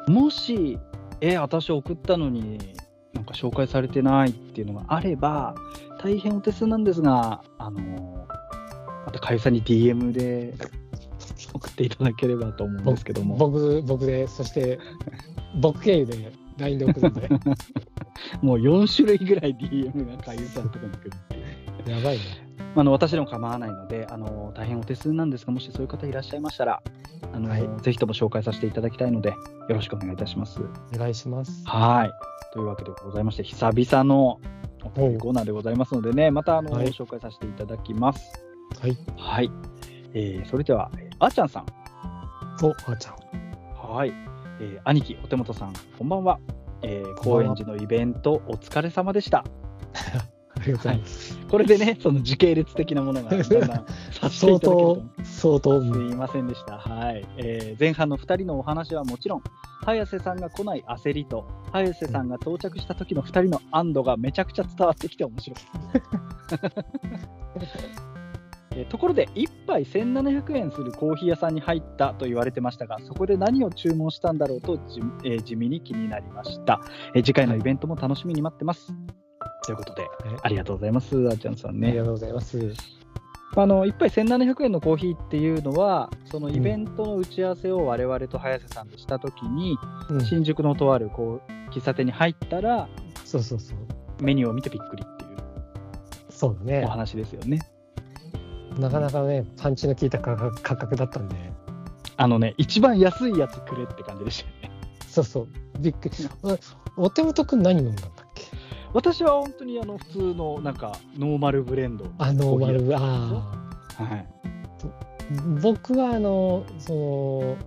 もしえ私送ったのになんか紹介されてないっていうのがあれば大変お手数なんですがあのまたかゆさんに DM で送っていただければと思うんですけども僕、僕で、そ [LAUGHS] して、僕経由で LINE で送るん [LAUGHS] で、もう4種類ぐらい DM がかゆさんのとこに来るっていうやばいね。あの私でも構わないのであの大変お手数なんですがもしそういう方いらっしゃいましたらあの、はいぜひとも紹介させていただきたいのでよろしくお願いいたします。お願いします。はいというわけでございまして久々のお便りコーナーでございますのでねまたあの、はい紹介させていただきます。はい。はい、えーそれではえーあーちゃんさんお、あーちゃん。はい、えー兄貴お手元さんこんばんは、えー高円寺のイベントお疲れ様でした。ありがとうございます。これでね、その時系列的なものがだんだんさせていただけると相当思う。、相当、すいませんでした。はい、えー前半の2人のお話はもちろん、早瀬さんが来ない焦りと、早瀬さんが到着した時の2人の安堵がめちゃくちゃ伝わってきて面白い。えーところで、1杯1700円するコーヒー屋さんに入ったと言われてましたが、そこで何を注文したんだろうとじ、えー地味に気になりました、えー次回のイベントも楽しみに待ってます。ということで、ありがとうございます、あーちゃんさんあねり。がとうございます。あの1杯1700円のコーヒーっていうのはそのイベントの打ち合わせを我々と早瀬さんでした時に、うん、新宿のとあるこう喫茶店に入ったらそうそうそう。メニューを見てびっくりっていうそうだねお。話ですよね。なかなかね、パンチの効いた価格価格だったんで。あのね一番安いやつくれって感じでしたよね。 [LAUGHS] そうそう。びっくり。おお手元くん何飲んだんだっけ私は本当にあの普通のなんかノーマルブレンド。あの、コーヒー丸、あはい、ー僕はあの、その、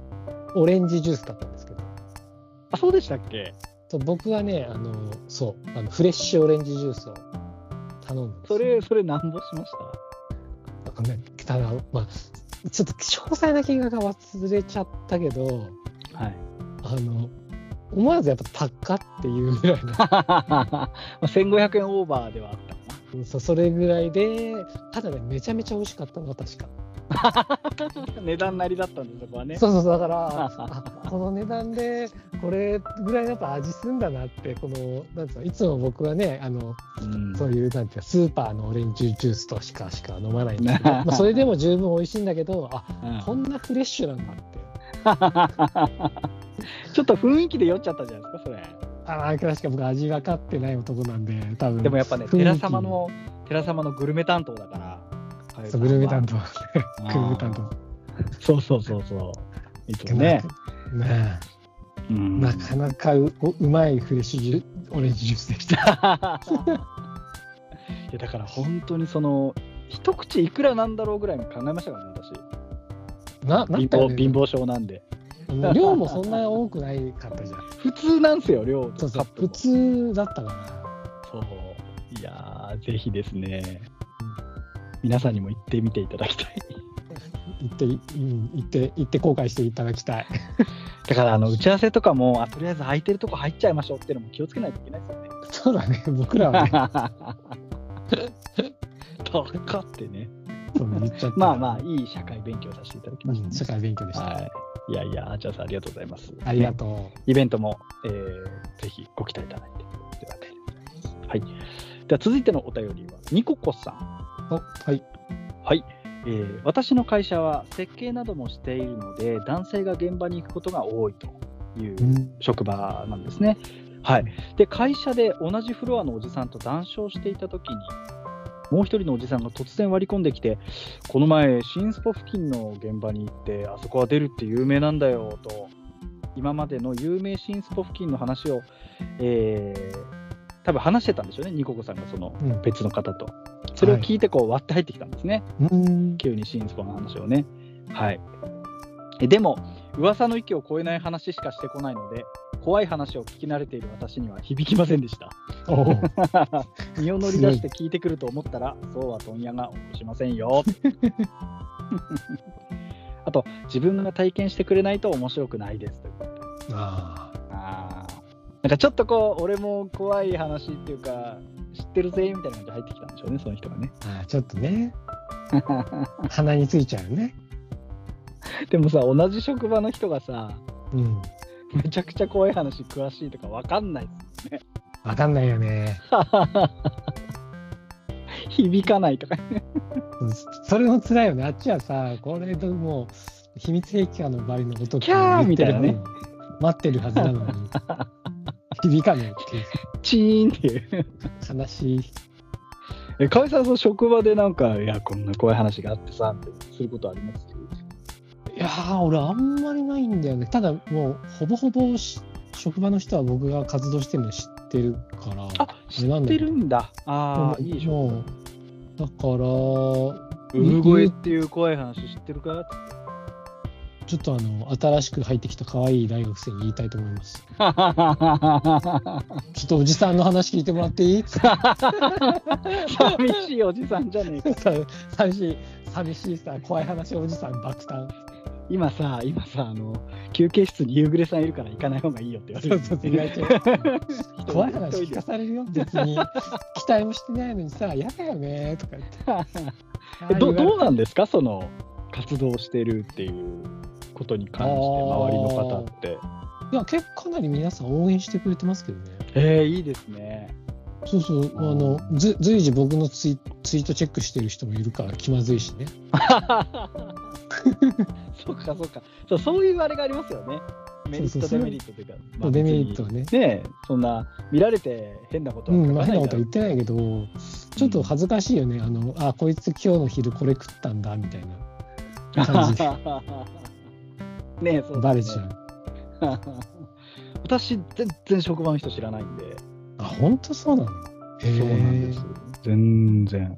オレンジジュースだったんですけど。あそうでしたっけそう僕はね、あの、そう、あのフレッシュオレンジジュースを頼んだんですそよれそれなんぼしましなんかね、ただ、まあ、ちょっと詳細な金額は忘れちゃったけど、たはいあの、思わずやっぱ高っていうぐらいの [LAUGHS] まあ1500円オーバーではあったかな。うん [LAUGHS] そうそれぐらいで、ただね、めちゃめちゃ美味しかったのは確か。値段なり [LAUGHS] だったんでそこはね。そうそうそう、だから、 [LAUGHS] あこの値段で、これぐらいだと味すんだなって、この、なんつうの、いつも僕はね、あの、うんそういう、なんていうのスーパーのオレンジジュースとしかしか飲まないん [LAUGHS] だけど、まあそれでも十分美味しいんだけど、あ、うんこんなフレッシュなんだって。ちょっと雰囲気で酔っちゃったじゃないですか、それ。ああ、確か僕味分かってない男なんで、多分。でもやっぱね、雰囲気寺様の、寺様のグルメ担当だから。そう、グルメ担当。あーグルメ担当。そうそうそうそう。いつもね。ねうえんなかなかうおうまいフレッシュジュオレンジジュースでした。 [LAUGHS] いやだから本当にその、一口いくらなんだろうぐらいも考えましたからね、私。な、な貧んかね乏貧乏症なんで。もう量もそんな多くないかったじゃん。普通なんですよ、量とそうそうカッ、プ普も通だったかそう。いやー、ぜひですね、皆さんにも行ってみていただきたい。ら、行って、うん行って、行って後悔していただきたい。 [LAUGHS] だからあの打ち合わせとかもあとりあえず空いてるとこ入っちゃいましょうっていうのも気をつけないといけないですよね。そうだね、僕らは [LAUGHS] ね、とかってね。そう言っちゃった。まあまあいい社会勉強させていただきうました、ん、社会勉強でした。はい。いやいや、あーちゃんさんありがとうございます。ありがねとう。イベントも、えーぜひご期待いただいてというわけでございます。はい。では続いてのお便りはニココさん。おはい。はい、えー私の会社は設計などもしているので男性が現場に行くことが多いといううん職場なんですね。はい、で会社で同じフロアのおじさんと談笑していた時にもう一人のおじさんが突然割り込んできてこの前新スポ付近の現場に行ってあそこは出るって有名なんだよと今までの有名新スポ付近の話を、えー多分話してたんでしょうねニココさんがそのうん別の方と。それを聞いてこう割って入ってきたんですね。うん。急にシンスポの話をね。はい。えでも、噂の域を超えない話しかしてこないので、怖い話を聞き慣れている私には響きませんでした。おう身を乗り出して聞いてくると思ったら、そうは問屋が起こしませんよ。あと、自分が体験してくれないと面白くないですということで。ああーなんかちょっとこう、俺も怖い話っていうか、知ってるぜみたいな感じで入ってきたんでしょうね、その人がね。ーあー、ちょっ [LAUGHS] とね、鼻についちゃうね。でもさ、同じ職場の人がさ、うん。めちゃくちゃ怖い話詳しいとかわかんないっす [LAUGHS] ね。わかんないよね。響かないとか。うんそれも辛いよね。あっちはさ、これでもう、秘密兵器かの場合のことキャーみたいなね。待ってるはずな [LAUGHS] のに、響かないっていうチーンっていう。悲しい。 [LAUGHS] え、かみさん、その職場でなんか、いや、こんな怖い話があってさ、ってすることありますいやー、俺、あんまりないんだよね。ただ、もう、ほぼほぼし職場の人は僕が活動してるの知ってるから。あ、知ってるんだ。ああ、うんいいも職うだから、場。産声っていう怖い話知ってるか [LAUGHS] ちょっとあの新しく入ってきた可愛い大学生に言いたいと思います。ちょっとおじさんの話聞いてもらっていい [LAUGHS] さ寂しいおじさんじゃねえか。寂しい、寂しいさ、怖い話おじさん爆誕。今さ、今さ、あの、休憩室に夕暮れさんいるから行かない方がいいよって言われる。意外と怖い話聞かされるよ、別に。期待もしてないのにさ、嫌だよねとか言って。 [LAUGHS] えどああ言われどうなんですかその活動してるっていうことに関してあー周りの方っていや、結構かなり皆さん応援してくれてますけどね。えー、いいですねそうそう、あのず随時僕のツイツイートチェックしてる人もいるから気まずいしね。そうかそうかそうそういうあれがありますよねメリッそうそトうそデうメリットというかまあデメリットはね別にねそんな見られて変なことうはん、まあ、書かな変ないこかとら言ってないけど、ちょっと恥ずかしいよね。あの、あ、こいつ今日の昼これ食ったんだ、みたいな感 [LAUGHS] じ [LAUGHS] でねえそうですねバレちゃう。 [LAUGHS] 私全然職場の人知らないんで、あ、本当そうなのへそうなんえです。全然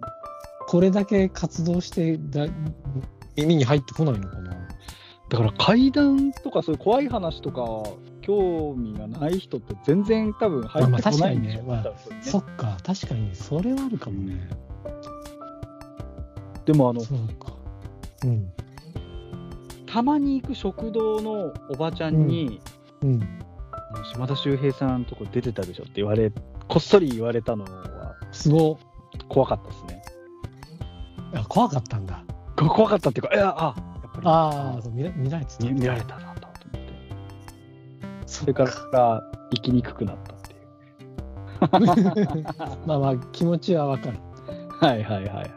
これだけ活動してだ、耳に入ってこないのかなだから怪談とかそういう怖い話とか興味がない人って全然多分入ってこないんでしょ、まあまあ確かにね多分まあねそっか、確かに、それはあるかもね。でもあのそうか。うん。たまに行く食堂のおばちゃんにうん。 「あの島田秀平さんとこ出てたでしょ」って言われこっそり言われたのはすご怖かったですねあ、怖かったんだ。こ怖かったっていうかいやあやっぱりああ、そう見ら見られてた。見見られたなと思ってそそれれか。からら行きにくくなったっていう [LAUGHS] まあまあ、気持ちはわかる。はいはいはい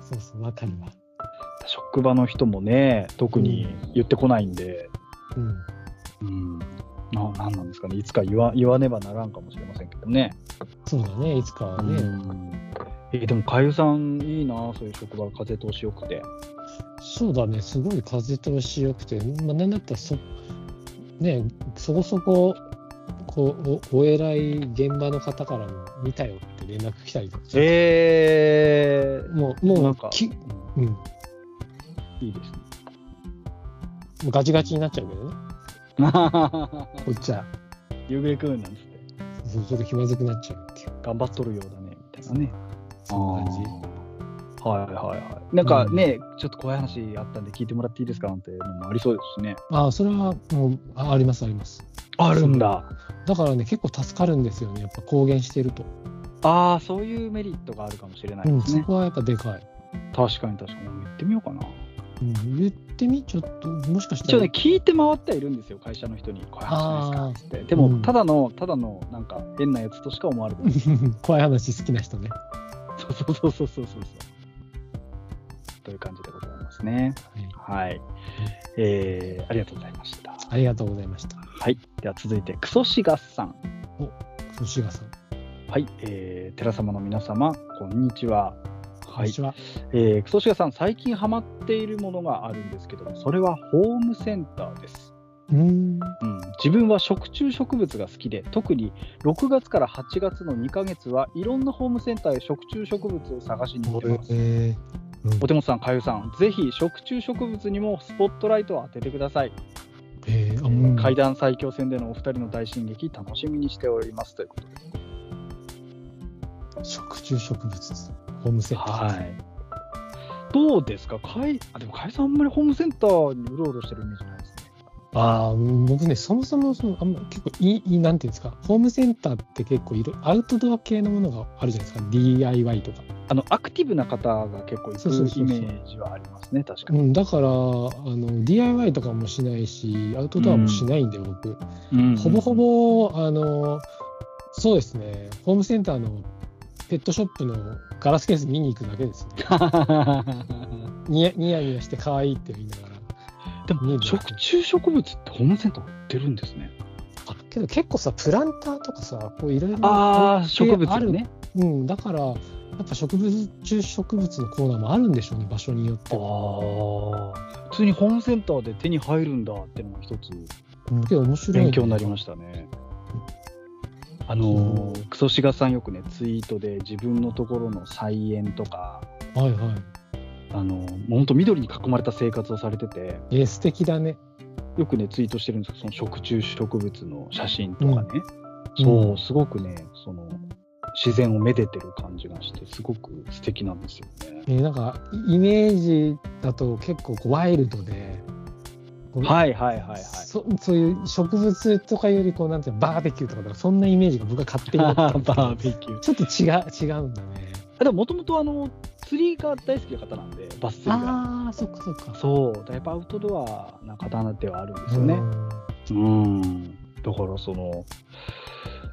そうそう、わかるわ。職場の人もね特に言ってこないんで、うん。うん、ななんなんですかね、いつか言わ言わねばならんかもしれませんけどね。そうだね、いつかはね。えでも、かゆさん、いいな、そういう職場、風通しよくて。そうだね、すごい風通しよくて、まあ、なんだったらそ、ね、そこそこ、こうおお偉い現場の方からも見たよって連絡来たりとかして、えもう、ー、もなんうか、き、ううん、もんいいですね。うガチガチになっちゃうけどね、こっちは。 [LAUGHS] 夕暮れくんなんつって、そうちょっと気まずくなっちゃうっていう。頑張っとるようだね、みたいなね。そんな感じ。あーはいはいはい。なんかね、ちょっと怖い話あったんで聞いてもらっていいですかなんてのもありそうですしね。ああ、それはもう、ああります、あります。あるんだ。だからね、結構助かるんですよね、やっぱ公言してると。ああ、そういうメリットがあるかもしれなういでん、すそね。こはやっぱでかい。確かに確かに。行ってみようかな。うん、言ってみ、ちょっと、もしかした一応ら。ね、聞いて回ってはいるんですよ、会社の人に、こういう話ないですかって。でうも、んただの、ただの、なんか、変なやつとしか思われ [LAUGHS] てない。 [LAUGHS] 怖い話好きな人ね。そうそうそうそうそうそう。という感じでございますね。はいはい。えー、ありがとうございました。ありがとうございました。はい。では続いて、クソシガスさん。吉賀さん、はい。えー、寺様の皆様、こんにちは。こはんいに。ちは。えー、クソシガさん、最近ハマっているものがあるんですけども、それはホームセンターです。うーん。うん、自分は食虫植物が好きで特に6月から8月の2ヶ月はいろんなホームセンターへ食虫植物を探しに行ってます。えーお手元さん、かゆさん、ぜひ食虫植物にもスポットライトを当ててください。えー、あ、うん、階段最強戦でのお二人の大進撃、楽しみにしておりますということです。食虫植物です。ホームセンター。い。どうですか、かいあでもかゆさん、あんまりホームセンターにうろうろしてるイメージないですね。ああ、うん僕ね、そもそもそのあんま結構いいいい、なんていうんですか、ホームセンターって結構いろ、アウトドア系のものがあるじゃないですか、DIY とか。あのアクティブな方が結構行くそうそうそうイそうメージはありますね、確かうに。ん、だからあの、DIY とかもしないし、アウトドアもしないんで、僕。うんほぼほぼ、あの、そうですね、ホームセンターのペットショップのガラスケース見に行くだけですね。 [LAUGHS] ニヤニヤニヤして可愛いって言いながら。で見えもる食虫植物ってホームセンター売ってるんですね。あけど結構さ、プランターとかさ、こういろいろ。ああ、植植物物ねね。うん、だから、やっぱ植物中植物のコーナーもあるんでしょうね場所によってはああ普通にホームセンターで手に入るんだっていうのが一つ結構面白い勉強になりましたね。あのークソシガさんよくねツイートで自分のところの菜園とかたはいはいあのーもうほんと緑に囲まれた生活をされててえー素敵だねよくねツイートしてるんですけどその食虫植物の写真とかね、うんそううすごくねその自然をめでてる感じがしてすごく素敵なんですよね。えーなんかイイメージだと結構こうワイルドでこうはいはいはいはい。そそういう植物とかよりこうなんていうのバーベキューとかだからそんなイメージが僕が勝手に持ってた [LAUGHS] [LAUGHS] バんですけどーベキュー。ちょっと違う違うんだねあでももともとあの釣りが大好きな方なんでバス釣りが。あそっかそっかそう、やっぱアウトドアな方なってはあるんですよね。うん、だからその、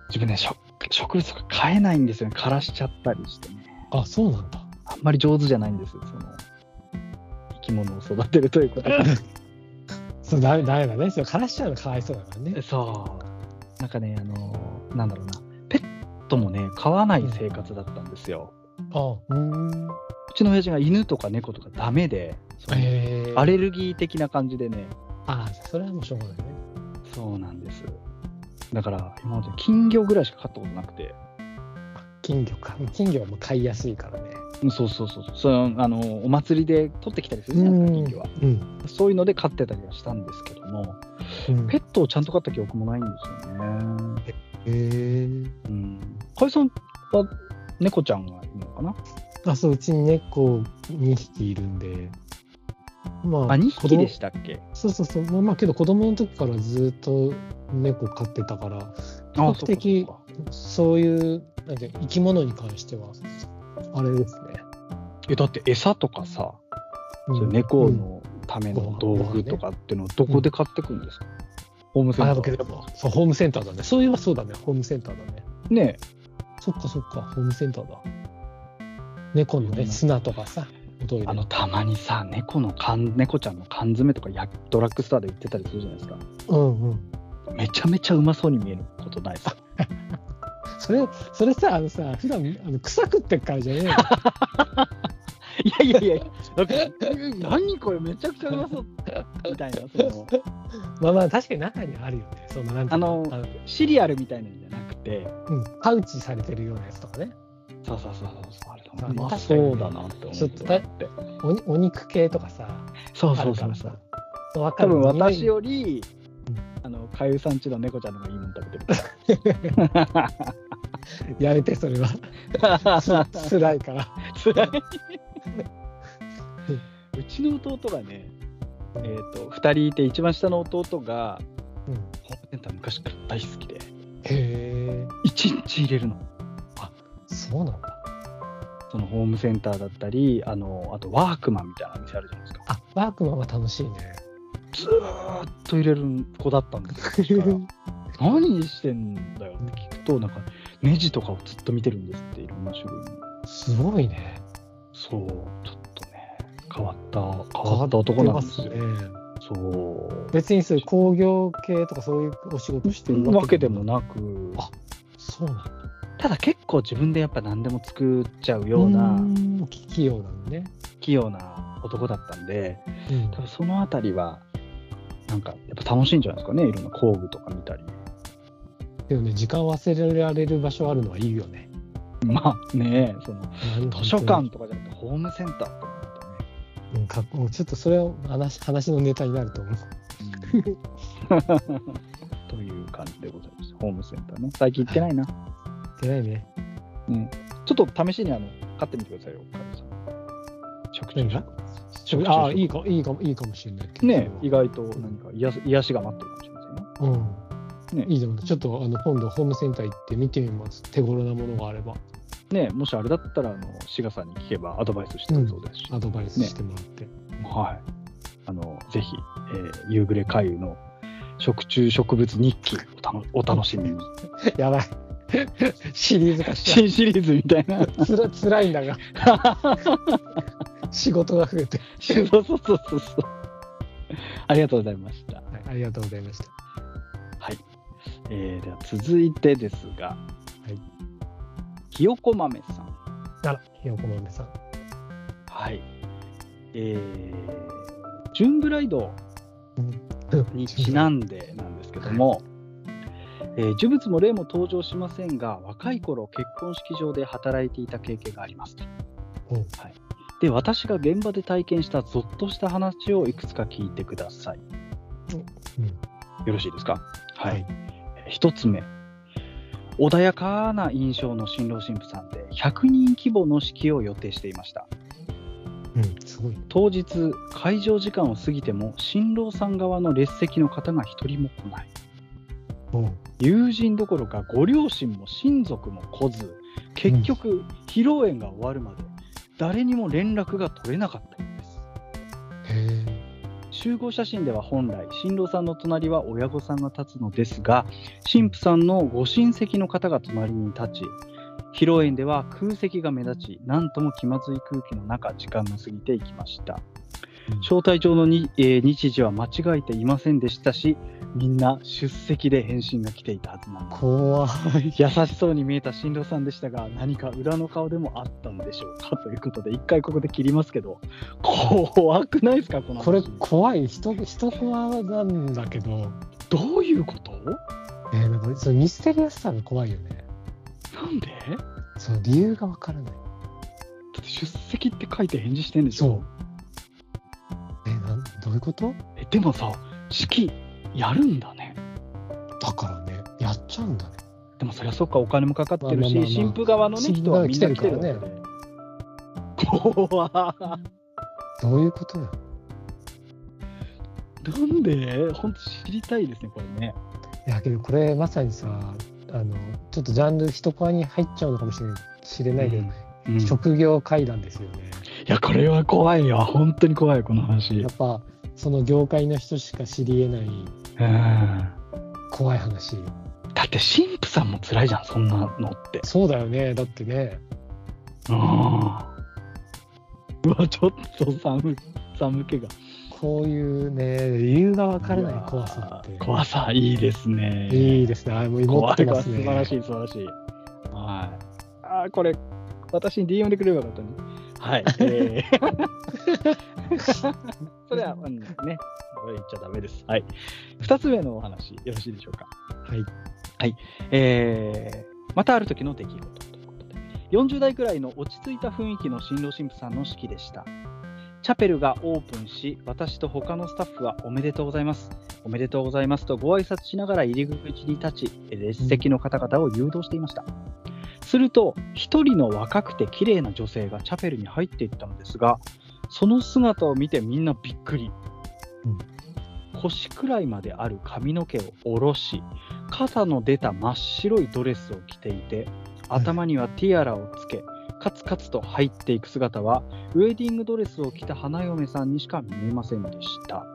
自分ね、植植物とか飼えないんですよね。枯らしちゃったりしてね。あそうなんだあんまり上手じゃないんですよ、その、生き物を育てるということで。そうダメダメだねそれ枯らしちゃうのかわいそうだから [LAUGHS] ねそう。なんかね、あの、なんだろうな、ペットもね、飼わない生活だったんですよ。あうんうちの親父が犬とか猫とかダメで、そのえー、アレルギー的な感じでね、あそれはもうしょうがないねそうなんです。だから、今まで金魚ぐらいしか飼ったことなくて、金魚か金魚はもう飼いやすいからねうんそうそうそうそうそのあの、お祭りで取ってきたりするじゃないですか、金魚は。うん、そういうので飼ってたりはしたんですけども、うん、ペットをちゃんと飼った記憶もないんですよね。えー、うん。かいさんは猫ちゃんがいるのかなあそううちに猫2匹いるんでまあ、2子匹供でしたっけそうそうそうまあまあけど子供の時からずっと猫飼ってたから比あ較的そういうなんていうの生き物に関してはあれですね、え、だって餌とかさ、うんそう猫のための道具とかっていうのをどこで買ってくるんですか、ホームセンあタだけーどそうホームセンターだねそういえばそうだねホームセンターだねねそっかそっかホームセンターだ猫のうねん砂とかさおトイレあのたまにさ猫の缶猫ちゃんの缶詰とかやドラッグストアで売ってたりするじゃないですかうんうんめちゃめちゃうまそうに見えることないですかそれそれさあのさ普段あの草食ってっからじゃねえ [LAUGHS] よ [LAUGHS] いやいやいやだから何これめちゃくちゃうまそうみたいなそのまあまあ確かに中にはあるよねそのなんていうあシリアルみたいなんじゃなくてうん、パウチされてるようなやつとかねそうそうそうそうあれそううまそうだなって思うちょっとだっておにお肉系とかさそうあそるうかそうらそうさわか多る分私匂いよりあのかゆさんちの猫ちゃんの方がいいもん食べてるやめてそれは辛いから [LAUGHS] 辛いうちの弟がね、えー、と2人いて一番下の弟がうんホームセンター昔から大好きでへえ1日入れるのそうなんだそのホームセンターだったりあのあとワークマンみたいな店あるじゃないですかあワークマンは楽しい [LAUGHS] ねずーっと入れる子だったんですよ何してんだよって聞くとなんかネジとかをずっと見てるんですっていろんな種類のすごいねそうちょっとね変わった変わった男なんですよ、変わってますねそう別にそういう工業系とかそういうお仕事してるわけでももなくあそうなんだただ結構自分でやっぱ何でも作っちゃうようなーん器用なのね、器用な男だったんでうん多分そのあたりはなんかやっぱ楽しいんじゃないですかねいろんな工具とか見たりでもね時間忘れられる場所あるのはいいよねまあねそのなんか図書館とかじゃなくてホームセンターとかだとねうんかもうちょっとそれは話話のネタになると思う [LAUGHS] という感じでございますホームセンターね最近行ってないな、出ないねちょっと試しにあの買ってみてくださいよカルさん食何虫が食虫ああいいかいいかもいいかもしれないけどねそ意れは外と何か癒や癒やしが待ってるかもしれませんようん、ねいいじゃんちょっとあの今度ホームセンター行って見てみます手頃なものがあればね、もしあれだったらあの志賀さんに聞けばアドバイスしてるそうですし、アドバイスしてもらって、はい、あのぜひ、えー夕暮れ回遊の食虫植物日記をたのお楽しみに [LAUGHS] やばいシリーズ化しちゃう新シリーズみたいな [LAUGHS] つら辛いんだが仕事が増えて、そうそうそうそうそうありがとうございました、はい、ありがとうございましたはいえーでは続いてですが、いひよこ豆さんあら、ひよこ豆さん。はい。えー、ジューンブライドにちなんでなんですけども、えー呪物も霊も登場しませんが、若い頃結婚式場で働いていた経験がありますと。うんはい、で、私が現場で体験したゾッとした話をいくつか聞いてください。うんよろしいですか。はい。えー一、つ目。穏やかな印象の新郎新婦さんで100人規模の式を予定していました。うん、すごい。当日会場時間を過ぎても新郎さん側の列席の方が一人も来ないうん友人どころかご両親も親族も来ず結局披露宴が終わるまで誰にも連絡が取れなかったんですへ集合写真では本来新郎さんの隣は親御さんが立つのですが新婦さんのご親戚の方が隣に立ち披露宴では空席が目立ち何とも気まずい空気の中時間が過ぎていきましたうん招待状のに、えー日時は間違えていませんでしたしみんな出席で返信が来ていたはずなんです怖い。優しそうに見えた新郎さんでしたが何か裏の顔でもあったんでしょうか [LAUGHS] ということで一回ここで切りますけど怖くないですかこの話これ怖い。人、人コアなんだけど、どういうことえー、なんかそのミステリアスさが怖いよね。なんでだその理由がわからない。って出席って書いて返事してんでしそょう。えーなん、どういうことえでもさ式やるんだねだからね、やっちゃうんだね。でもそりゃそっかお金もかかってるし、まあまあまあまあ新婦側のね新婦人は側みんな来来ててるるわかけらでね怖っどういうことよ。なんで本当知りたいですねこれねいや、けどこれまさにさ、あの、ちょっとジャンル人コアに入っちゃうのかもしれない知れないけど、うんい職業会談ですよね。やこれは怖いよ本当に怖いこの話やっぱ、その業界の人しか知り得ないうん怖い話。だって神父さんも辛いじゃんそんなのってそうだよね。だってね。うんうわちょっと寒寒気がこういうね、理由がわからない怖さっいやて。怖さいいですねいいですね。あもう持怖っていまわす素ね。晴らしい素晴らしいはいあーこれ私に DM でくれればよかったねはい、え [LAUGHS] ーそれは、うん、ねこれ言っちゃダメですはい2つ目のお話よろしいでしょうかはい。えーまたある時の出来事ということで40代くらいの落ち着いた雰囲気の新郎新婦さんの式でしたチャペルがオープンし私と他のスタッフはおめでとうございますおめでとうございますとご挨拶しながら入り口に立ち列席の方々を誘導していましたすると一人の若くて綺麗な女性がチャペルに入っていったのですがその姿を見てみんなびっくり、うん腰くらいまである髪の毛を下ろし肩の出た真っ白いドレスを着ていて頭にはティアラをつけ、カツカツと入っていく姿はウェディングドレスを着た花嫁さんにしか見えませんでした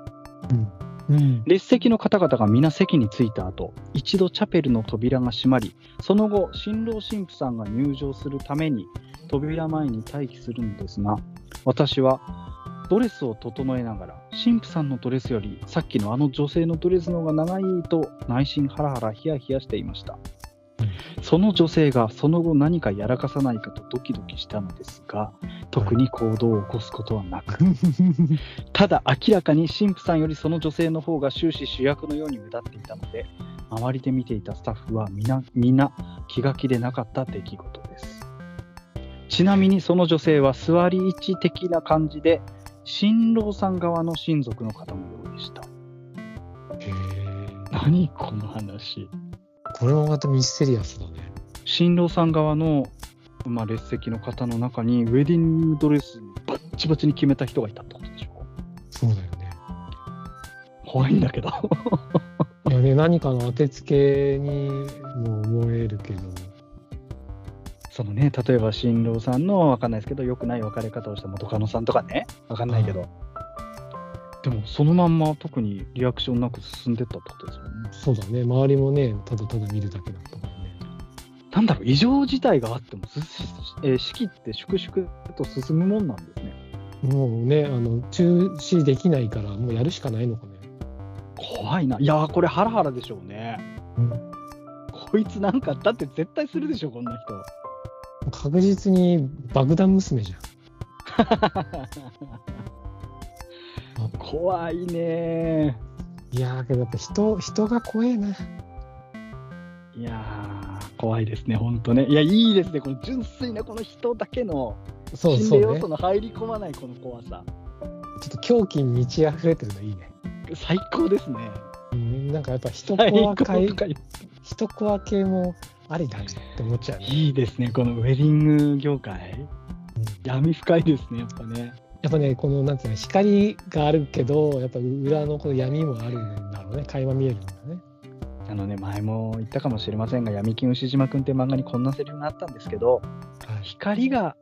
うん。列席の方々が皆席に着いた後一度チャペルの扉が閉まりその後新郎新婦さんが入場するために扉前に待機するのですが私はドレスを整えながら新婦さんのドレスよりさっきのあの女性のドレスの方が長いと内心ハラハラヒヤヒヤしていましたその女性がその後何かやらかさないかとドキドキしたのですが特に行動を起こすことはなくただ明らかに神父さんよりその女性の方が終始主役のように目立っていたので周りで見ていたスタッフは皆皆気が気でなかった出来事ですちなみにその女性は座り位置的な感じで新郎さん側の親族の方のようでしたへー何この話これもまたミステリアスだね。新郎さん側の、まあ、列席の方の中にウェディングドレスバッチバチに決めた人がいたってことでしょそうだよね。怖いんだけど [LAUGHS] いやね、何かの当てつけにも思えるけど。そのね、例えば新郎さんのわかんないですけど、良くない別れ方をした元カノさんとかね、わかんないけど、でもそのまんま特にリアクションなく進んでったってことですよね。そうだね。周りもね、ただただ見るだけだったからね。なんだろう、異常事態があっても、すえー式って粛々と進むもんなんですね。もうね、あの中止できないから、もうやるしかないのかね。怖いな。いやー、これハラハラでしょうね。うんこいつなんか、だって絶対するでしょ、こんな人。確実に爆弾娘じ怖いねゃん。いやー、けどやっぱ人、人が怖えな。いやー怖いですね、本当ね。いや、いいですね、この純粋なこの人だけのそう心そう霊ね。要ち素ょの入り込まないこの怖さ、っと狂気に満ち溢れてるのいいね。最高ですね。うんなんかやっぱ人最怖高系、人怖系もありだねって思っちゃうね。いいですね、このウェディング業界うん。闇深いですね、やっぱね。やっぱね、このなんていうの、光があるけど、やっぱ裏のこの闇もあるんだろうね。垣間見えるんだね。あのね、前も言ったかもしれませんが、闇金牛島くんって漫画にこんなセリフがあったんですけど、はい、光が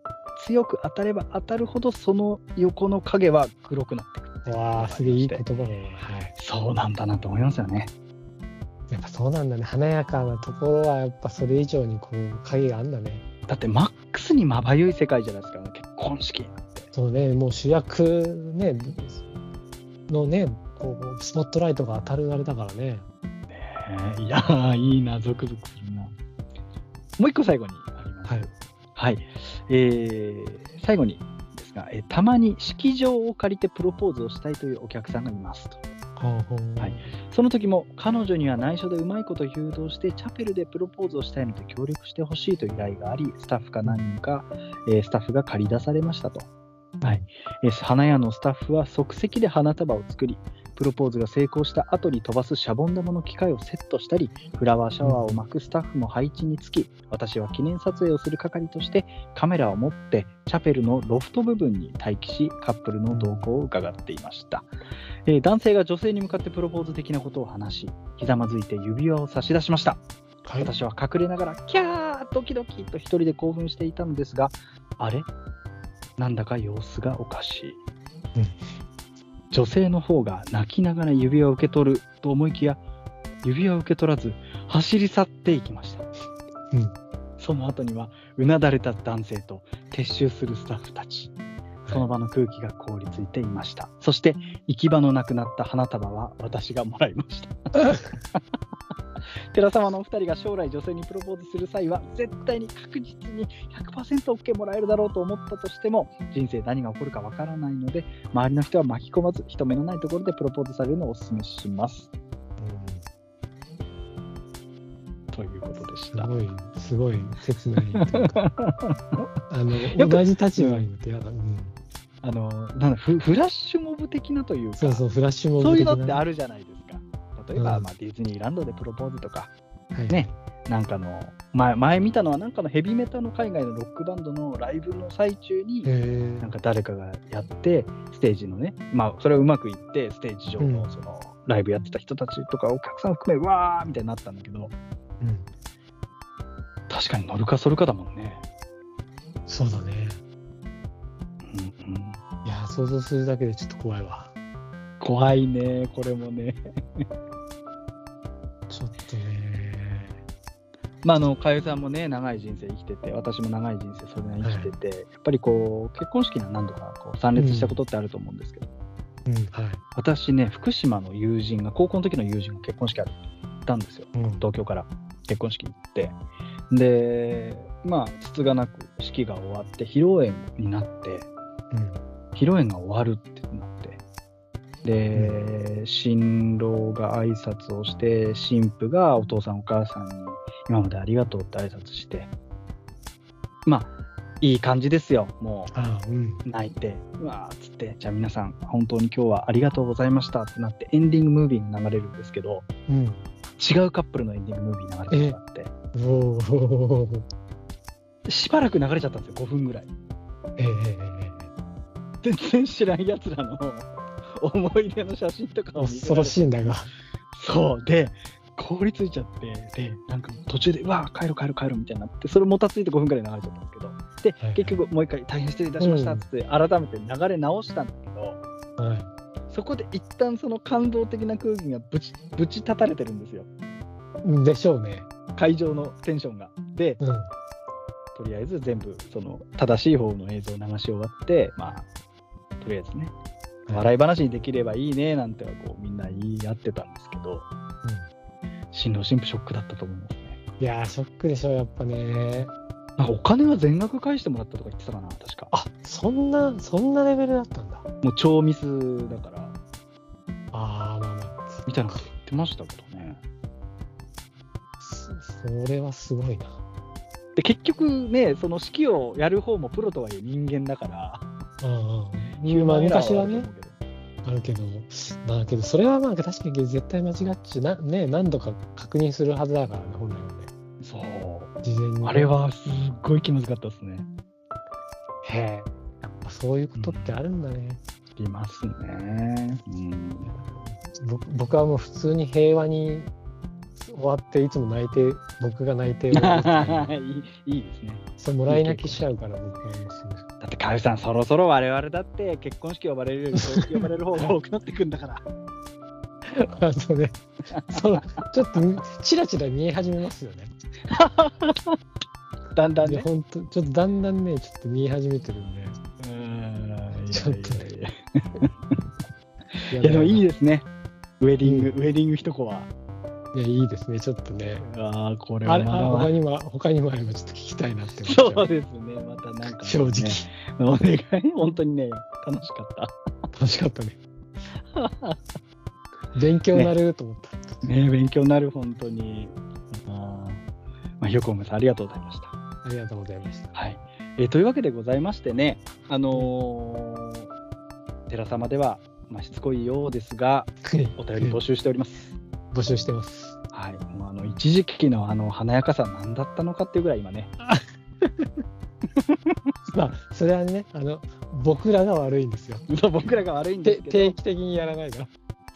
強く当たれば当たるほど、その横の影は黒くなってくるっていうのがわありあ、まして。すげえいい言葉だね。はい。そうなんだなと思いますよね。やっぱそうなんだね。華やかなところはやっぱそれ以上にこう影があんだね。だってマックスにまばゆい世界じゃないですか、結婚式。そうね、もう主役ねのね、こうスポットライトが当たるあれだからね。いやー、いいな、ゾクゾクするな。もう一個最後にあります。はい。はい。えー最後にですが、えーたまに式場を借りてプロポーズをしたいというお客さんがいますと。ほうほうはいその時も彼女には内緒でうまいこと誘導してチャペルでプロポーズをしたいので協力してほしいという依頼がありスタッフか何人か、えースタッフが借り出されましたと、はいえー花屋のスタッフは即席で花束を作りプロポーズが成功した後に飛ばすシャボン玉の機械をセットしたりフラワーシャワーを巻くスタッフも配置につき私は記念撮影をする係としてカメラを持ってチャペルのロフト部分に待機しカップルの動向を伺っていましたえー男性が女性に向かってプロポーズ的なことを話しひざまずいて指輪を差し出しましたはい私は隠れながらキャードキドキと一人で興奮していたのですがあれなんだか様子がおかしい、うん女性の方が泣きながら指輪を受け取ると思いきや指輪を受け取らず走り去っていきました、うんその後にはうなだれた男性と撤収するスタッフたちその場の空気が凍りついていましたそして行き場のなくなった花束は私がもらいました寺様のお二人が将来女性にプロポーズする際は絶対に確実に 100%OK もらえるだろうと思ったとしても人生何が起こるかわからないので周りの人は巻き込まず人目のないところでプロポーズされるのをお勧めしますということでしすたごい、すごい切ないという [LAUGHS] かあよくの同じ立場になってやだ、うん、あのなんだフフラッシュモブ的なというかそうそう、フラッシュモそブういう的なのってあるじゃないですか例えば、うんまあ、ディズニーランドでプロポーズとかはいねなんかの前前見たのはなんかのヘビメタの海外のロックバンドのライブの最中に、へーなんか誰かがやって、ステージのね、まあ、それはうまくいって、ステージ上うのんそのライブやってた人たちとか、お客さん含め、わーみたいになったんだけど、うん、確かに乗るかそるかだもんね。そうだね。うんうん、いやー、想像するだけでちょっと怖いわ。怖いね、これもね。 [LAUGHS] ちょっとね。まあ、あの、かゆさんもね、長い人生生きてて、私も長い人生、それなりに生きてて、やっぱりこう、結婚式には何度かこう参列したことってあると思うんですけど、うん、はい。私ね、福島の友人が、高校の時の友人が結婚式あったんですよ。うん、東京から結婚式行ってでまあつつがなく式が終わって披露宴になってうん、披露宴が終わるってなってで、新郎が挨拶をして新婦がお父さんお母さんに「今までありがとう」って挨拶してまあいい感じですよもうあーうん、泣いて、うわーっつって、じゃあ皆さん、本当に今日はありがとうございましたってなって、エンディングムービーが流れるんですけど、うん。違うカップルのエンディングムービー流れてたって、おーしばらく流れちゃったんですよ、5分ぐらい。えええええ全然知らんやつらの思い出の写真とかえを見 [LAUGHS] 恐ろしい。いんだが。そう、で、凍りついちゃって、で、なんか途中で、うわー、帰ろう帰ろう帰ろうみたいになって、それもたついて5分ぐらい流れちゃったんですけど、で、はいはい結局、もう一回、大変失礼いたしましたっつって、改めて流れ直したんだけど、はい。そこで一旦その感動的な空気がぶちぶち立たれてるんですよ、でしょうね。会場のテンションが。で、うん。とりあえず全部その正しい方の映像を流し終わってまあとりあえずね笑い話にできればいいねなんてはこうみんな言い合ってたんですけど新郎新婦ショックだったと思いますねいやー、ショックでしょ、やっぱね。なんかお金は全額返してもらったとか言ってたかな、確か。あそんな、そんなレベルだったんだ。もう超ミスだから、ああ、まあまあ。みたいなこと言ってましたけどね。そそれはすごいな。で、結局ね、その指揮をやる方もプロとはいえ人間だから、うんヒうューん。まマあンエラ昔ーはあはると思ねう、けどあるけど、まあけど、それはまあ確かに絶対間違っちゃな、ね、何度か確認するはずだからね、本来はね。そう。事前に。あれはすっごい気難かったですね。へえ。やっぱそういうことってあるんだね。ありますね。うん。ぼ僕はもう普通に平和に終わって、いつも泣いて、僕が泣い [LAUGHS] て終わるっていういいいいですね。それもらい泣きしちゃうから、絶対にですね。だって、かゆさん、そろそろ我々だって結婚式呼ばれるより、呼ばれる方が多くなってくんだから。あとね、そのちょっとチラチラ見え始めますよね。 [LAUGHS] だんだんで、ね。本当ちょっとだんだんね、ちょっと見え始めてるんで。うんちょっとねいやいやいやいやいや、でもいいいですね。ウェディング、ウェディング一コマ。や、いいですね、ちょっとね。ああ、これあはれ、あま他だ。にも、他にもあればちょっと聞きたいなって思っちゃそうう。ですね、またなんか、正直、。お願い、本当にね、楽しかっ楽しかったね。勉強になると思った。た。ね、勉強になる、本当に。あーまあ、ひよこむさん、ありがとうございました。ありがとうございました。はい、えーというわけでございましてね、あのー寺様では、まあ、しつこいようですが、お便り募集しております。 [LAUGHS] 募集してます。はい、もうあの一時期のあの華やかさ、何だったのかっていうぐらい、今ね、 [LAUGHS] まあ、それはね、あの、僕らが悪いんですよ。そう僕らが悪いんでてすけ定期的にやらないから。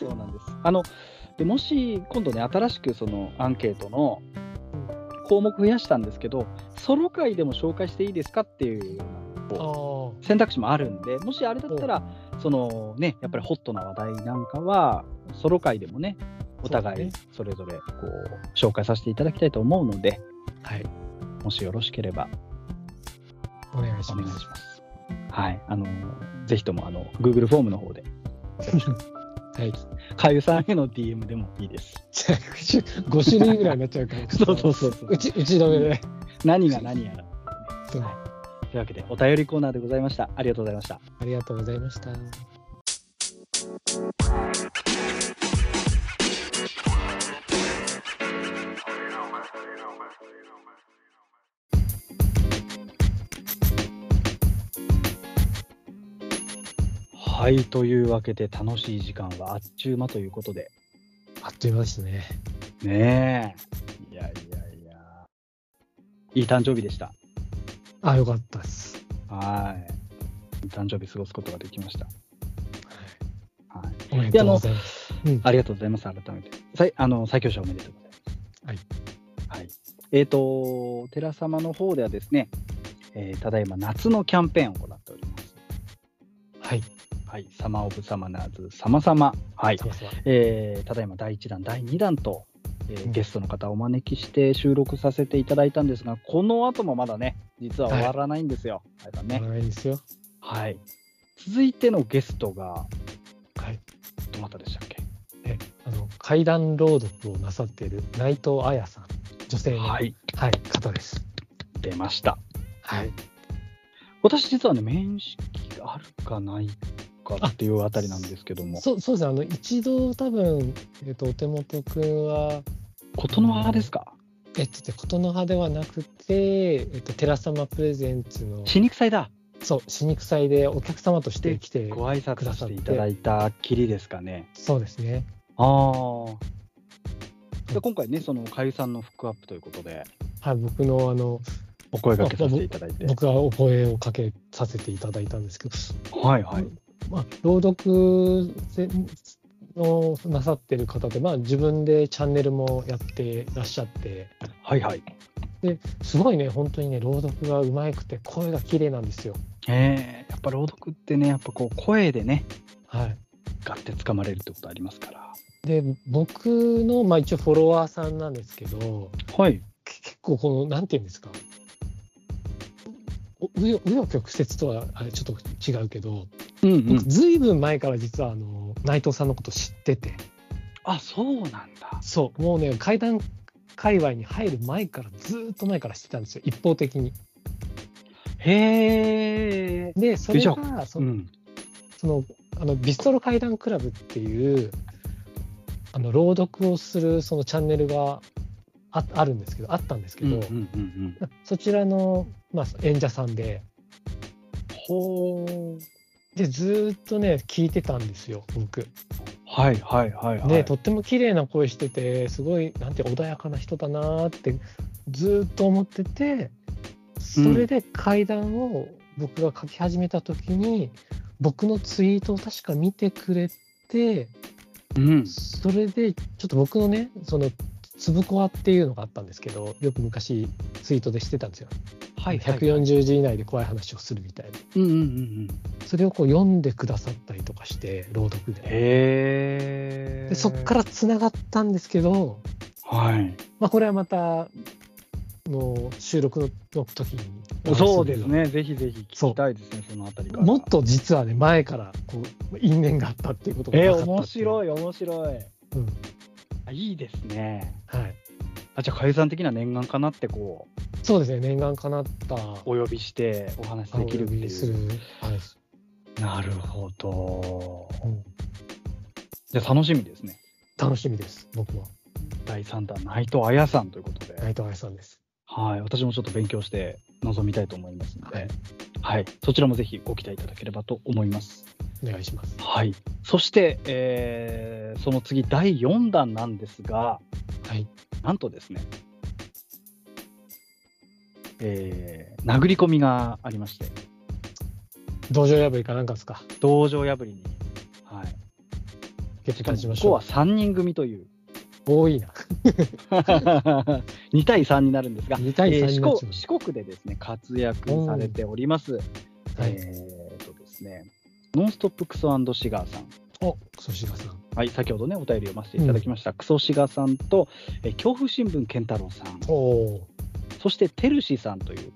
ど、そうなんです。あのでもし今度ね、新しくそのアンケートの項目増やしたんですけど、ソロ会でも紹介していいですかっていうようなあ選択肢もあるんで、もしあれだったら、そのね、やっぱりホットな話題なんかは、ソロ会でもね、お互いそれぞれこう紹介させていただきたいと思うので、はい、もしよろしければあ、お願いしお願いましす。ます。はい、あのぜひともあの Google フォームの方で、はい。 [LAUGHS] かゆさんへの DM でもいいです。。5種類ぐらいになっちゃうから [LAUGHS] そうそうそうそううち、打ち止めで。何が何やら。そうというわけで、お便りコーナーでございました。ありがとうございました。ありがとうございました。はい、というわけで、楽しい時間はあっちゅう間ということで、あっという間ですね。ねえ。いやいやいや。いい誕生日でした。あ、よかったです。はい。誕生日過ごすことができました。はい。おめでとうございます。ありがとうございます。改めて。さいあの、最強者おめでとうございます。はい。はい。えっ、と、寺様の方ではですね、えーただいま夏のキャンペーンを行っております。はい。はい。サマーオブサマナーズ、サマサマ。はい。そうそうえーただいま第1弾、第2弾と、えーうんゲストの方をお招きして収録させていただいたんですが、この後もまだね、実は終わらないんですよ。あれだやねらないんですよ。はい、続いてのゲストが、はい。どなたでしたっけ、あの、階段朗読をなさっている内藤彩さん。女性の、はい、はい方です。出ました。はい。私、実はね、面識があるかないかっていうあたりなんですけども、そう、そうですね。あの、一度多分、えっ、と、お手元くんは、琴ノ葉ですか、えっとね、ことの葉ではなくて、えっと、寺様プレゼンツの、死肉祭だ、そう、死肉祭でお客様として来て、ご挨拶していただいたきりですかね。そうですね。あーで今回ね、そのかゆさんのフックアップということで、はい、僕のあのお声掛けさせていただいて。僕はお声をかけさせていただいたんですけど、はいはい。まあ、朗読せをなさってる方で、まあ、自分でチャンネルもやってらっしゃってはいはい。ですごいね本当にね朗読がうまくて声が綺麗なんですよ。えー、やっぱ朗読ってね、やっぱこう声でね、はい、ガッて掴まれるってことありますから。で僕の、まあ、一応フォロワーさんなんですけどはい。け結構このなんていうんですかう紆余紆余曲折とはあれちょっと違うけどうんう僕ん。ずいぶん前から実はあの内藤さんのこと知ってて。あ、そうなんだ。そう、もうね、階段界隈に入る前から、ずーっと前から知ってたんですよ、一方的に。へえ。でそれがそ,、うん。そのあのビストロ怪談クラブっていうあの朗読をするそのチャンネルがああるんですけどあったんですけうんど、うんうんそちらの、まあ、演者さんでほでずーっとね聞いてたんですよ僕。はいはいはいはい。ね、とっても綺麗な声しててすごいなんて穏やかな人だなーってずーっと思っててそれで階段を僕が書き始めた時に、僕のツイートを確か見てくれてうん。それでちょっと僕のねそのつぶコアっていうのがあったんですけどよく昔ツイートでしてたんですよ、はいはいはい。 140字以内で怖い話をするみたいなうんうんうんうん。それをこう読んでくださったりとかして朗読でへえ。でそっからつながったんですけどら。はい。まあ、これはまたの収録の時にそうですね。ぜひぜひ聞きたいですね。そのあたりから。もっと実はね前からこう因縁があったっていうことがえ分ー、かったっていう面白い面白い。うんあいいですね。はい、あじゃあ解散的な念願かなってこうそうですね念願かなったお呼びしてお話できるってびすいるう。はいなるほど。うんじゃあ楽しみですね。楽しみです僕は第3弾内藤彩さんということで。内藤愛さんですはい、私もちょっと勉強して臨みたいと思いますので、ははいい、そちらもぜひご期待いただければと思います。お願いしますはい、そして、えーその次、第4弾なんですが、はいなんとですね、えー殴り込みがありまして、道場破りかなんかですか道場破りに、はい、決こ断しましこょは3人組という、う多いな2対3になる [LAUGHS] んですが、 2対え3ーに四なっ国ちゃう四国でですね活躍されております、はいえーとですねノンストップクソシガーさん、おクソシガさんはい、先ほどね、お便りを読ませていただきました、クソシガーさんと、えー恐怖新聞健太郎さん、おおそしてテルシさんという、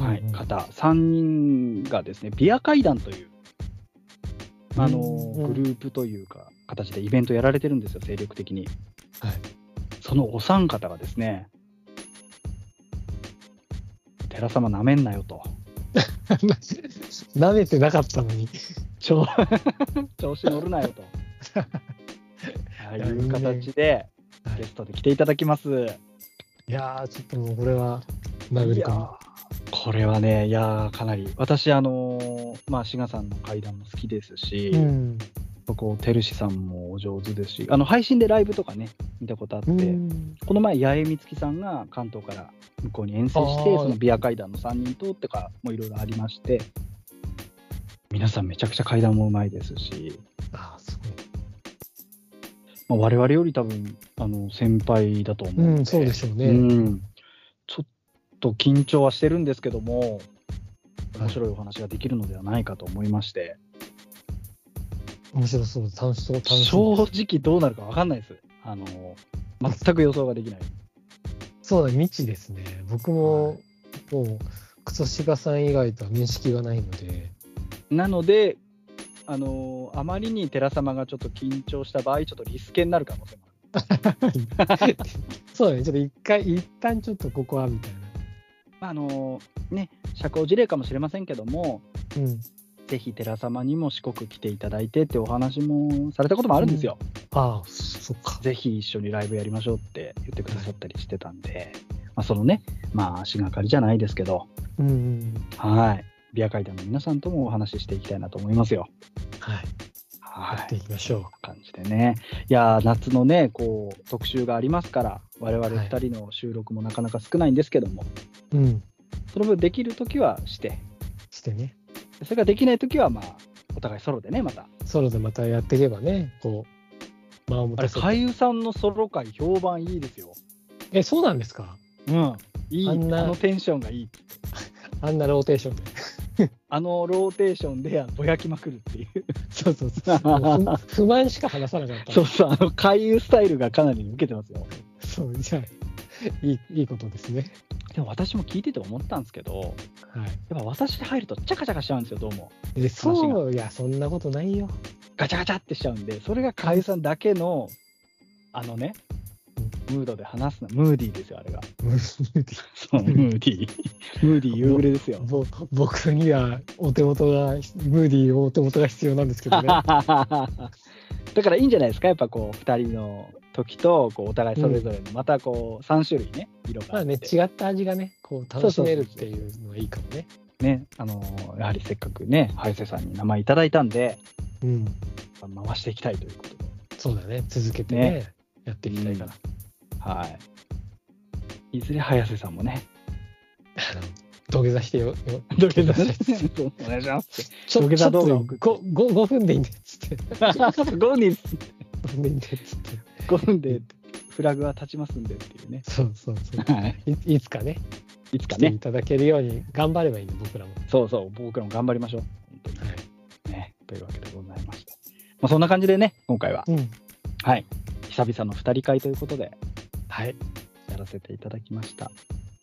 はいうんうん [LAUGHS] 方、3人がですね、ビア会談という、あのうんうんグループというか、形でイベントやられてるんですよ、精力的に。はいそのお三方がですね、寺様なめんなよと。舐めてなかったのに調調子乗るなよ [LAUGHS] と。はいいう形ではいゲストで来ていただきます。いやーちょっともうこれは殴りいや込ーこれはね、いやーかなり、私、あのーまあ、志賀さんの会談も好きですし、みうんそこ、てるしさんもお上手ですし、あの配信でライブとかね、見たことあって、うんこの前、八重美月さんが関東から向こうに遠征して、あーそのビア会談の3人とってか、もういろいろありまして、皆さん、めちゃくちゃ会談もうまいですし、ああ、すごい。まあ、我々より多分あの先輩だと思ううのん、そうでしょうね。うんちょっと緊張はしてるんですけども面白いお話ができるのではないかと思いまして、面白そう、楽しそう、楽しそ正う。直どうなるか分かんないですあの全く予想ができないそうだ、未知ですね。僕はも、もう、クソシガさん以外とは面識がないの [LAUGHS] で、なのであのあまりに寺様がちょっと緊張した場合ちょっとリスケになる可能性もあるそうだね、ちょっと一回、一旦ちょっとここは、みたいまああのね社交辞令かもしれませんけどもな。うん。ぜひ寺様にも四国来ていただいてってお話もされたこともあるんですよ、ああ、そっか。ぜひ一緒にライブやりましょうって言ってくださったりしてたんで、まあ、そのね、まあ、足がかりじゃないですけど、うんうんうん。はい。ビア会談の皆さんともお話ししていきたいなと思いますよ。はい。はやってい。いきましょう。感じでね。いやー、夏のね、こう、特集がありますから、我々はい2人の収録もなかなか少ないんですけども、うん。その分できるときはして、してね。それができないときは、まあ、お互いソロでね、また。ソロでまたやっていけばね、こう、間を持あたれ、せて。海優さんのソロ回、評判いいですよ。え、そうなんですかうん。いい。ああんなのテンションがいいって。あんなローテーションで。あのローテーションでぼやきまくるっていう。そうそうそう。もう不不満しか話さなかっ [LAUGHS] た。そうそう、あの、回遊スタイルがかなり受けてますよ。そう、じゃあ、いい、いいことですね。でも私も聞いてて思ったんですけど、はい。やっぱ私入るとチャカチャカしちゃうんですよ、どうも。え、そう、いや、そんなことないよ。ガチャガチャってしちゃうんで、それが回遊さんだけの、あのねうん、ムードで話すな。ムーディーですよ、あれが。ぼそう、ムーディー。ムーディー夕暮れです [LAUGHS] よ。僕にはお手元が、ムーディーお手元が必要なんですけど [LAUGHS] ね。だからいいんじゃないですか、やっぱこう、2人の時と、こうお互いそれぞれの、またこう、3種類ね、色がまああっね、て。違った味がね、こう楽しめるっていうのがいいかもね。ね、あのーやはりせっかくね、ハイセさんに名前いただいたんで、うん。回していきたいということで。そうだね。続けてね、やっていきたいから。はい。いずれ早瀬さんもね、あの土下座してよ。よ土下座して、 [LAUGHS] お願いしますって。 [LAUGHS] ちょ土下座動画を送ってちょっとごご5分でいいんでっつっ [LAUGHS] て。5人、 5分でいいんでっつって。 5分でフラグは立ちますんでっていうね。そうそうそう。はいいいつかね、いつか来てねい、ただけるように頑張ればいいんで、僕らも。そうそう、僕らも頑張りましょう。本当にね、というわけでございまして。まあ、そんな感じでね、今回は、うん。はい、久々の2人会ということで、はい。やらせていただきました。あ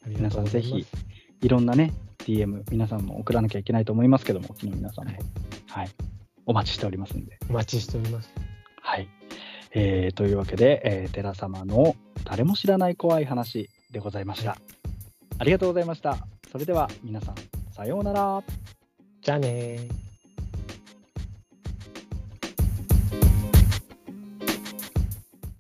り皆がとさうんござぜいますひ、いろんなね、DM、皆さんも送らなきゃいけないと思いますけども、お気の皆さんも、はいはい、お待ちしておりますんで。お待ちしております。はい。えーというわけで、えー、寺様の誰も知らない怖い話でございました。ありがとうございました。それでは皆さん、さようなら。じゃあねー。